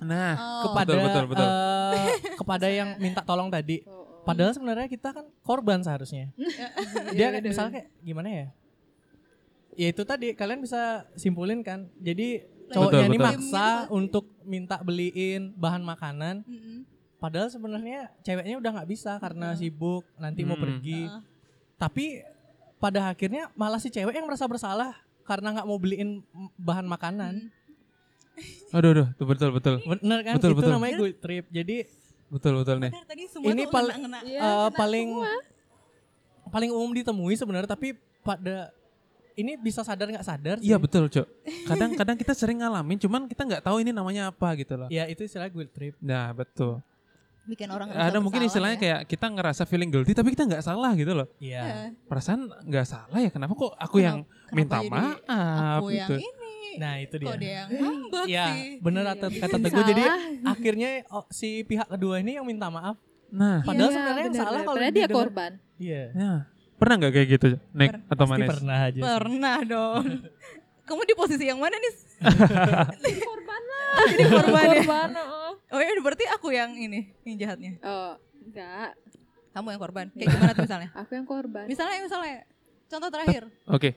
A: nah
C: Oh,
B: kepada
A: Betul, betul, betul.
B: eh, kepada yang minta tolong tadi.
D: Oh, oh.
B: Padahal sebenarnya kita kan korban seharusnya.
D: Iya,
B: Dia kan
D: bener.
B: misalnya kayak gimana ya? Ya itu tadi kalian bisa simpulin kan. Jadi
C: Betul, ya,
B: cowoknya ini
A: betul.
B: maksa untuk minta beliin bahan makanan,
C: Mm-mm.
B: padahal sebenarnya ceweknya udah nggak bisa karena
C: Heeh.
B: sibuk, nanti mau
A: Hmm.
B: pergi.
C: Heeh.
B: Tapi pada akhirnya malah si cewek yang merasa bersalah karena nggak mau beliin m- bahan makanan.
C: Mm.
A: aduh aduh tuh betul betul
B: Bener kan?
D: Hmm.
A: Betul,
B: itu
A: betul.
B: namanya guilt trip. Jadi
A: betul betul nih
C: Benar, tadi semua
B: Ini
C: tuh
B: paling-
C: ngena-ngena.
D: Iya,
B: Eh,
D: kena
B: paling
D: semua.
B: paling umum ditemui sebenarnya tapi pada ini bisa sadar nggak sadar sih.
A: iya betul cok kadang-kadang kita sering ngalamin cuman kita nggak tahu ini namanya apa gitu loh
B: ya itu istilah guilt trip
A: nah betul
C: bikin orang ya.
A: ada mungkin istilahnya kayak kita ngerasa feeling guilty tapi kita nggak salah gitu loh
B: Iya.
A: perasaan nggak salah ya kenapa kok aku yang minta maaf
C: aku yang
A: gitu
C: ini
B: nah itu dia
C: kok dia yang
A: Iya.
C: ngambek
B: ya
C: sih
B: bener
D: Iya.
B: kata kata teguh jadi akhirnya oh, si pihak kedua ini yang minta maaf
A: nah
B: Padahal sebenarnya yang
D: benar,
B: salah
D: benar.
B: kalau
D: Iya, Padahal dia
B: didengar.
D: korban.
B: iya
A: ya. pernah nggak kayak gitu Cok? Nick
C: Pernah.
A: atau
B: pasti
A: Manis
B: pernah aja sih.
C: pernah dong kamu di posisi yang mana nih
D: korban lah.
C: jadi korban ya
D: korban. Oh.
C: oh ya berarti aku yang ini yang jahatnya
D: oh, enggak.
C: kamu yang korban kayak gimana tuh misalnya
D: Aku yang korban.
C: misalnya misalnya contoh terakhir
A: oke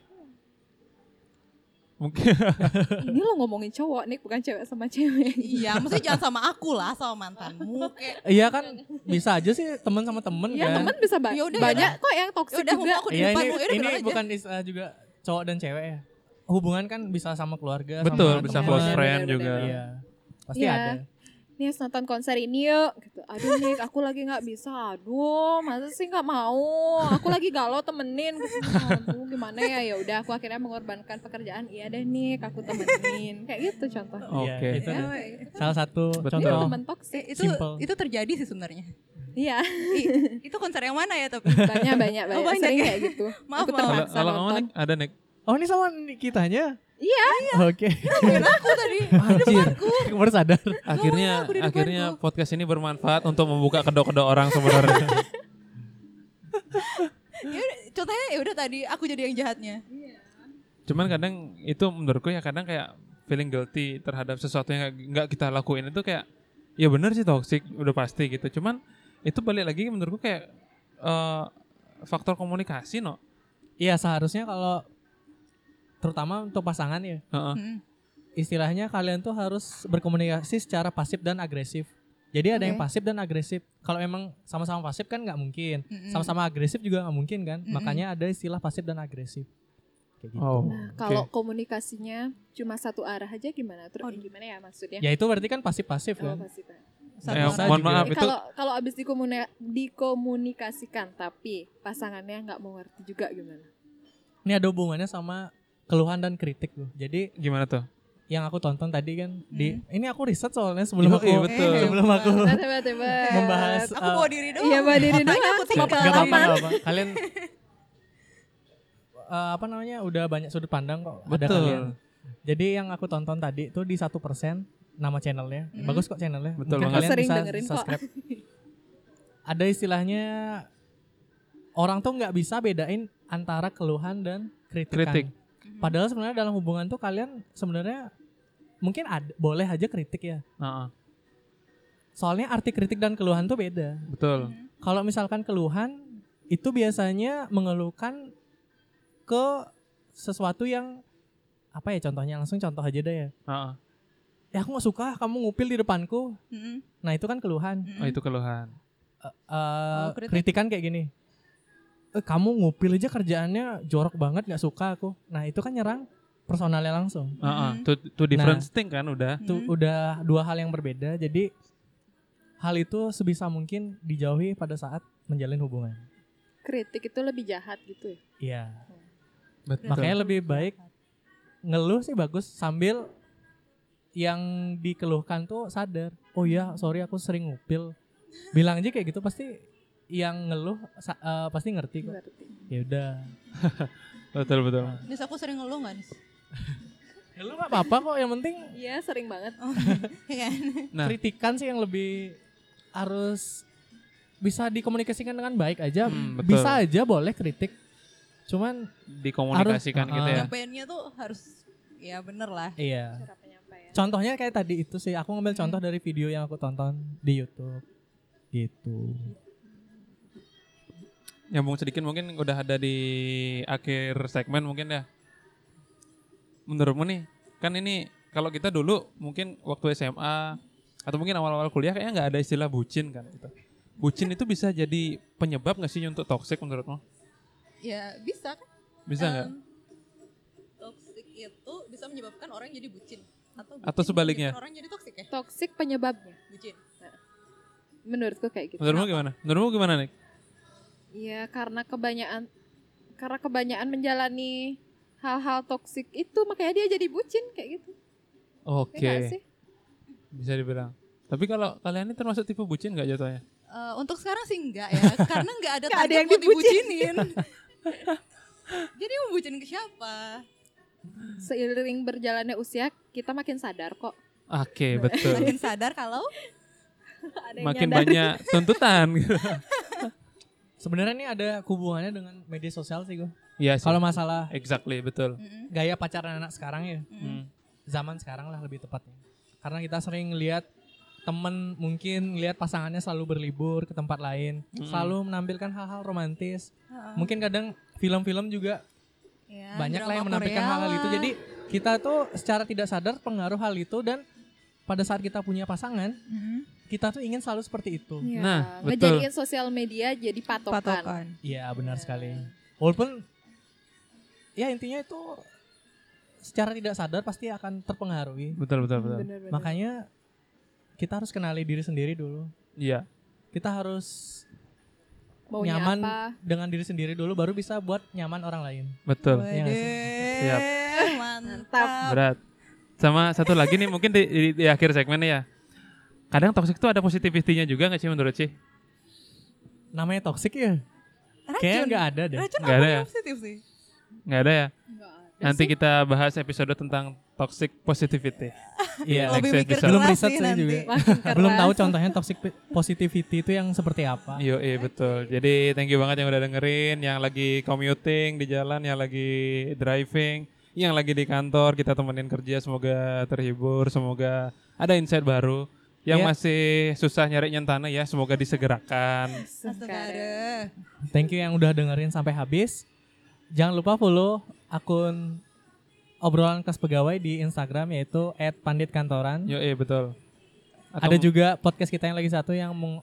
A: mungkin
D: Ini lo ngomongin cowok nih, bukan cewek sama cewek.
C: iya maksudnya jangan sama aku lah sama mantanmu kayak
B: iya kan bisa aja sih teman sama teman
D: Ya
B: kan
D: temen bisa ba-
C: Ya udah,
D: banyak kok yang toksik
C: udah
D: juga.
C: mau aku di
B: Iya ini
C: depanmu ya udah
B: ini
C: bilang aja
B: bukan istilah juga cowok dan cewek ya. Hubungan kan bisa sama keluarga,
A: betul
B: sama
A: bisa
B: teman.
A: close
D: benar,
A: friend
D: benar,
A: juga
D: benar.
B: Iya. Pasti
D: Iya.
B: ada.
D: Nih nonton konser ini yuk. Gitu. Aduh nih aku lagi nggak bisa. Aduh masa sih nggak mau. Aku lagi galau temenin. Gitu. Aduh gimana ya ya udah aku akhirnya mengorbankan pekerjaan. Iya deh nih aku temenin. Kayak gitu contoh.
A: Oke.
B: Iya, itu
C: Ya,
B: deh.
C: woy.
B: Salah satu
A: Betul.
D: Itu
B: contoh.
D: temen toksik.
C: Eh, itu
B: Simple.
C: itu terjadi sih sebenarnya
D: Iya
C: Ih, itu konser yang mana ya tapi
D: banyak banyak banyak.
C: Oh, banyak
D: Sering
C: ya?
D: kayak gitu.
C: Maaf, maaf.
D: aku
A: kalau
D: terpaksa
A: kalau kamu
D: nonton.
A: Nick, ada Nick
B: Oh ini sama kitanya?
D: Iya.
B: Oke. Iya.
C: ngomongin aku tadi
A: Anjir.
B: Baru sadar.
A: akhirnya
C: aku di depan
A: akhirnya podcast ini bermanfaat untuk membuka kedok-kedok orang sebenarnya
C: ya udah, contohnya ya udah tadi aku jadi yang jahatnya
A: cuman kadang itu menurutku ya kadang kayak feeling guilty terhadap sesuatu yang nggak- nggak kita lakuin itu kayak ya bener sih toxic udah pasti gitu cuman itu balik lagi menurutku kayak eh, faktor komunikasi no
B: Iya seharusnya kalau terutama untuk pasangan ya
A: Heeh.
C: Mm.
B: istilahnya kalian tuh harus berkomunikasi secara pasif dan agresif. Jadi ada yang
C: Oke.
B: pasif dan agresif. Kalau memang sama-sama pasif kan nggak mungkin.
D: Hmm.
C: Mm-mm.
B: Sama-sama agresif juga nggak mungkin kan.
C: Mm-mm.
B: Makanya ada istilah pasif dan agresif. Kayak gitu.
A: oh
D: Nah, kalau komunikasinya cuma satu arah aja gimana? Terus
C: Aduh.
D: gimana ya maksudnya?
B: Ya itu berarti kan pasif-pasif
D: Oh,
B: kan.
D: pasti, Pak.
C: Satu
A: Eh,
B: Bisa
C: orang.
A: mohon
B: juga.
A: maaf
D: Eh,
A: itu
D: kalau kalau abis dikomuni- dikomunikasikan tapi pasangannya nggak mau ngerti juga gimana?
B: Ini ada hubungannya sama keluhan dan kritik loh. Jadi
A: gimana tuh
B: yang aku tonton tadi kan di
D: Hmm.
B: ini aku riset soalnya sebelum
A: Iya,
B: aku
A: iya, betul.
B: sebelum aku
D: Tiba-tiba
B: membahas
C: Eh, aku
B: eh,
C: bawa diri doang
D: Iya, bawa diri
C: Makanya
D: doang.
C: aku
B: Gak
C: tinggal
B: apa-apa, gak apa-apa. Kalian eh, apa namanya udah banyak sudut pandang kok ada kalian.
A: betul
B: Jadi yang aku tonton tadi itu di satu persen nama channelnya.
C: Mhm.
B: Bagus kok channelnya.
A: Betul
B: Mungkin
A: banget.
B: kalian
D: Sering
B: bisa
D: dengerin kok.
B: subscribe. Ada istilahnya orang tuh nggak bisa bedain antara keluhan dan kritikan. Mm-hmm.
A: Kritik.
C: Mhm.
B: Padahal sebenarnya dalam hubungan tuh kalian sebenarnya mungkin ada, boleh aja kritik ya.
A: Heeh,
B: Soalnya arti kritik dan keluhan tuh beda.
A: betul
C: Mhm.
B: Kalau misalkan keluhan itu biasanya mengeluhkan ke sesuatu yang apa ya contohnya langsung contoh aja deh ya.
A: Heeh.
B: Ya aku nggak suka kamu ngupil di depanku.
C: Mhm.
B: Nah itu kan keluhan.
C: Mhm.
A: oh itu keluhan
B: Eh, eh,
C: Oh, kritik.
B: Kritikan kayak gini. Eh, kamu ngupil aja kerjaannya jorok banget nggak suka aku. Nah itu kan nyerang personalnya langsung.
A: Heeh.
C: Mhm.
A: Tuh tuh different thing kan udah
B: Itu
C: Mhm.
B: udah dua hal yang berbeda. Jadi hal itu sebisa mungkin dijauhi pada saat menjalin hubungan.
D: kritik itu lebih jahat gitu ya.
B: Iya.
A: betul
B: Makanya lebih baik ngeluh sih bagus sambil yang dikeluhkan tuh sadar. Oh iya, sorry aku sering ngupil. Bilang aja kayak gitu pasti yang ngeluh sa- eh, pasti ngerti kok.
D: Ngerti.
B: Ya udah.
A: betul betul
C: Nis aku sering ngeluh gak Nis?
B: Ngeluh gak apa-apa kok, yang penting
D: Iya sering banget.
C: Oh, iya kan?
A: Nah.
B: kritikan sih yang lebih harus bisa dikomunikasikan dengan baik aja.
A: Hmm, betul.
B: bisa aja boleh kritik. Cuman
A: dikomunikasikan
B: Harus-
A: gitu ya
C: Pengennya tuh harus ya bener
A: Ah.
C: lah
B: iya.
D: Cara penyampaian.
B: Contohnya kayak tadi itu sih, aku ngambil contoh dari video yang aku tonton di YouTube. Gitu.
A: nyambung sedikit mungkin udah ada di akhir segmen mungkin ya. Menurutmu nih, kan ini kalau kita dulu mungkin waktu SMA atau mungkin awal-awal kuliah kayaknya nggak ada istilah bucin kan gitu. Bucin itu bisa jadi penyebab nggak sih untuk toxic menurutmu?
C: Ya bisa kan
A: Bisa nggak?
C: Em, Toxic itu bisa menyebabkan orang jadi bucin gitu. Atau, bucin
A: Atau sebaliknya.
C: menyebabkan orang jadi toxic ya?
D: Toxic penyebabnya.
C: Bucin
D: menurutku kayak gitu
A: Menurutmu gimana? Menurutmu gimana nih?
D: Iya, karena kebanyakan karena kebanyakan menjalani hal-hal toksik itu makanya dia jadi bucin kayak gitu.
A: Oke,
D: Ya nggak sih?
A: bisa dibilang. Tapi kalau kalian ini termasuk tipe bucin nggak jatuhnya?
C: Eh, untuk sekarang sih enggak ya, karena enggak ada
D: Nggak ada
C: target
D: yang
C: mau
D: dibucin.
C: dibucinin. Jadi mau bucin ke siapa?
D: Seiring berjalannya usia, kita makin sadar kok.
A: Oke, betul.
C: Makin sadar kalau
D: Ada yang
A: Makin
D: nyadar.
A: banyak tuntutan. gitu.
B: Sebenarnya ini ada hubungannya dengan media sosial sih gue.
A: Iya sih.
B: Kalau masalah
A: Exactly, betul.
C: Mm-mm,
B: gaya pacaran anak sekarang ya,
A: Hmm.
C: mm-mm.
B: zaman sekarang lah lebih tepatnya. Karena kita sering lihat temen mungkin lihat pasangannya selalu berlibur ke tempat lain,
A: Mm-mm.
B: selalu menampilkan hal-hal romantis.
C: Heeh.
B: Mungkin kadang film-film juga
C: Ya,
B: banyak lah
C: drama
B: yang menampilkan
C: Korea
B: hal-hal itu.
C: lah.
B: Jadi kita tuh secara tidak sadar pengaruh hal itu dan pada saat kita punya pasangan,
C: Mm-mm.
B: kita tuh ingin selalu seperti itu.
D: Iya,
A: Nah, betul.
D: ngejadiin sosial media jadi
C: kan.
D: patokan.
C: patokan.
B: Iya benar sekali. Walaupun ya intinya itu secara tidak sadar pasti akan terpengaruhi.
A: Betul, betul, betul.
D: Bener-bener.
B: Makanya kita harus kenali diri sendiri dulu.
A: Iya.
B: Kita harus
D: Maunya
B: nyaman
D: apa?
B: dengan diri sendiri dulu baru bisa buat nyaman orang lain.
A: Betul.
B: Iya nggak sih?
C: Waduh,
A: Siap.
C: Mantap.
A: Berat. Sama satu lagi nih mungkin di, di- di akhir segmen nih ya. Kadang toxic itu ada positivity-nya juga nggak sih menurut sih?
B: Namanya toksik ya? Kayaknya
C: Racun.
B: nggak ada deh.
C: Racun
A: Nggak
C: apa
A: ada ya?
C: yang positif sih?
A: Nggak ada ya?
D: Nggak ada
A: Nanti
D: sih.
A: kita bahas episode tentang toxic positivity.
B: Iya.
A: Next
C: Lebih mikir
A: episode.
B: Belum
C: keras
B: riset
C: sih
B: saya
C: nanti.
B: juga.
D: Makin
B: Belum tahu
D: keras.
B: contohnya toxic positivity itu yang seperti apa.
A: Yo, iya betul. Jadi thank you banget yang udah dengerin, yang lagi commuting di jalan, yang lagi driving, yang lagi di kantor, kita temenin kerja semoga terhibur, semoga ada insight baru. Yang
B: Iya.
A: masih susah nyari nyentana ya, semoga disegerakan.
C: Astaga.
D: Sekarang.
B: Thank you yang udah dengerin sampai habis. Jangan lupa follow akun obrolan kelas pegawai di Instagram yaitu @panditkantoran.
A: Yo, iya betul. Atau-
B: Ada juga podcast kita yang lagi satu yang meng-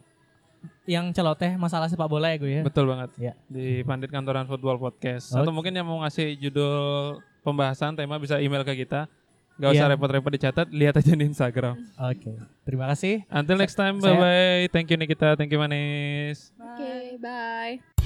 B: yang celoteh masalah sepak bola ya gue ya. Oh.
A: Betul banget.
B: Iya.
A: Di Pandit Kantoran Football Podcast. Atau
B: Oke.
A: mungkin yang mau ngasih judul pembahasan tema bisa email ke kita. Gak usah
B: Iya.
A: repot-repot dicatat, lihat aja di Instagram.
B: Oke. Terima kasih.
A: Until next time,
B: Saya-
A: bye-bye. Thank you Nikita, thank you Manis.
D: Oke, bye.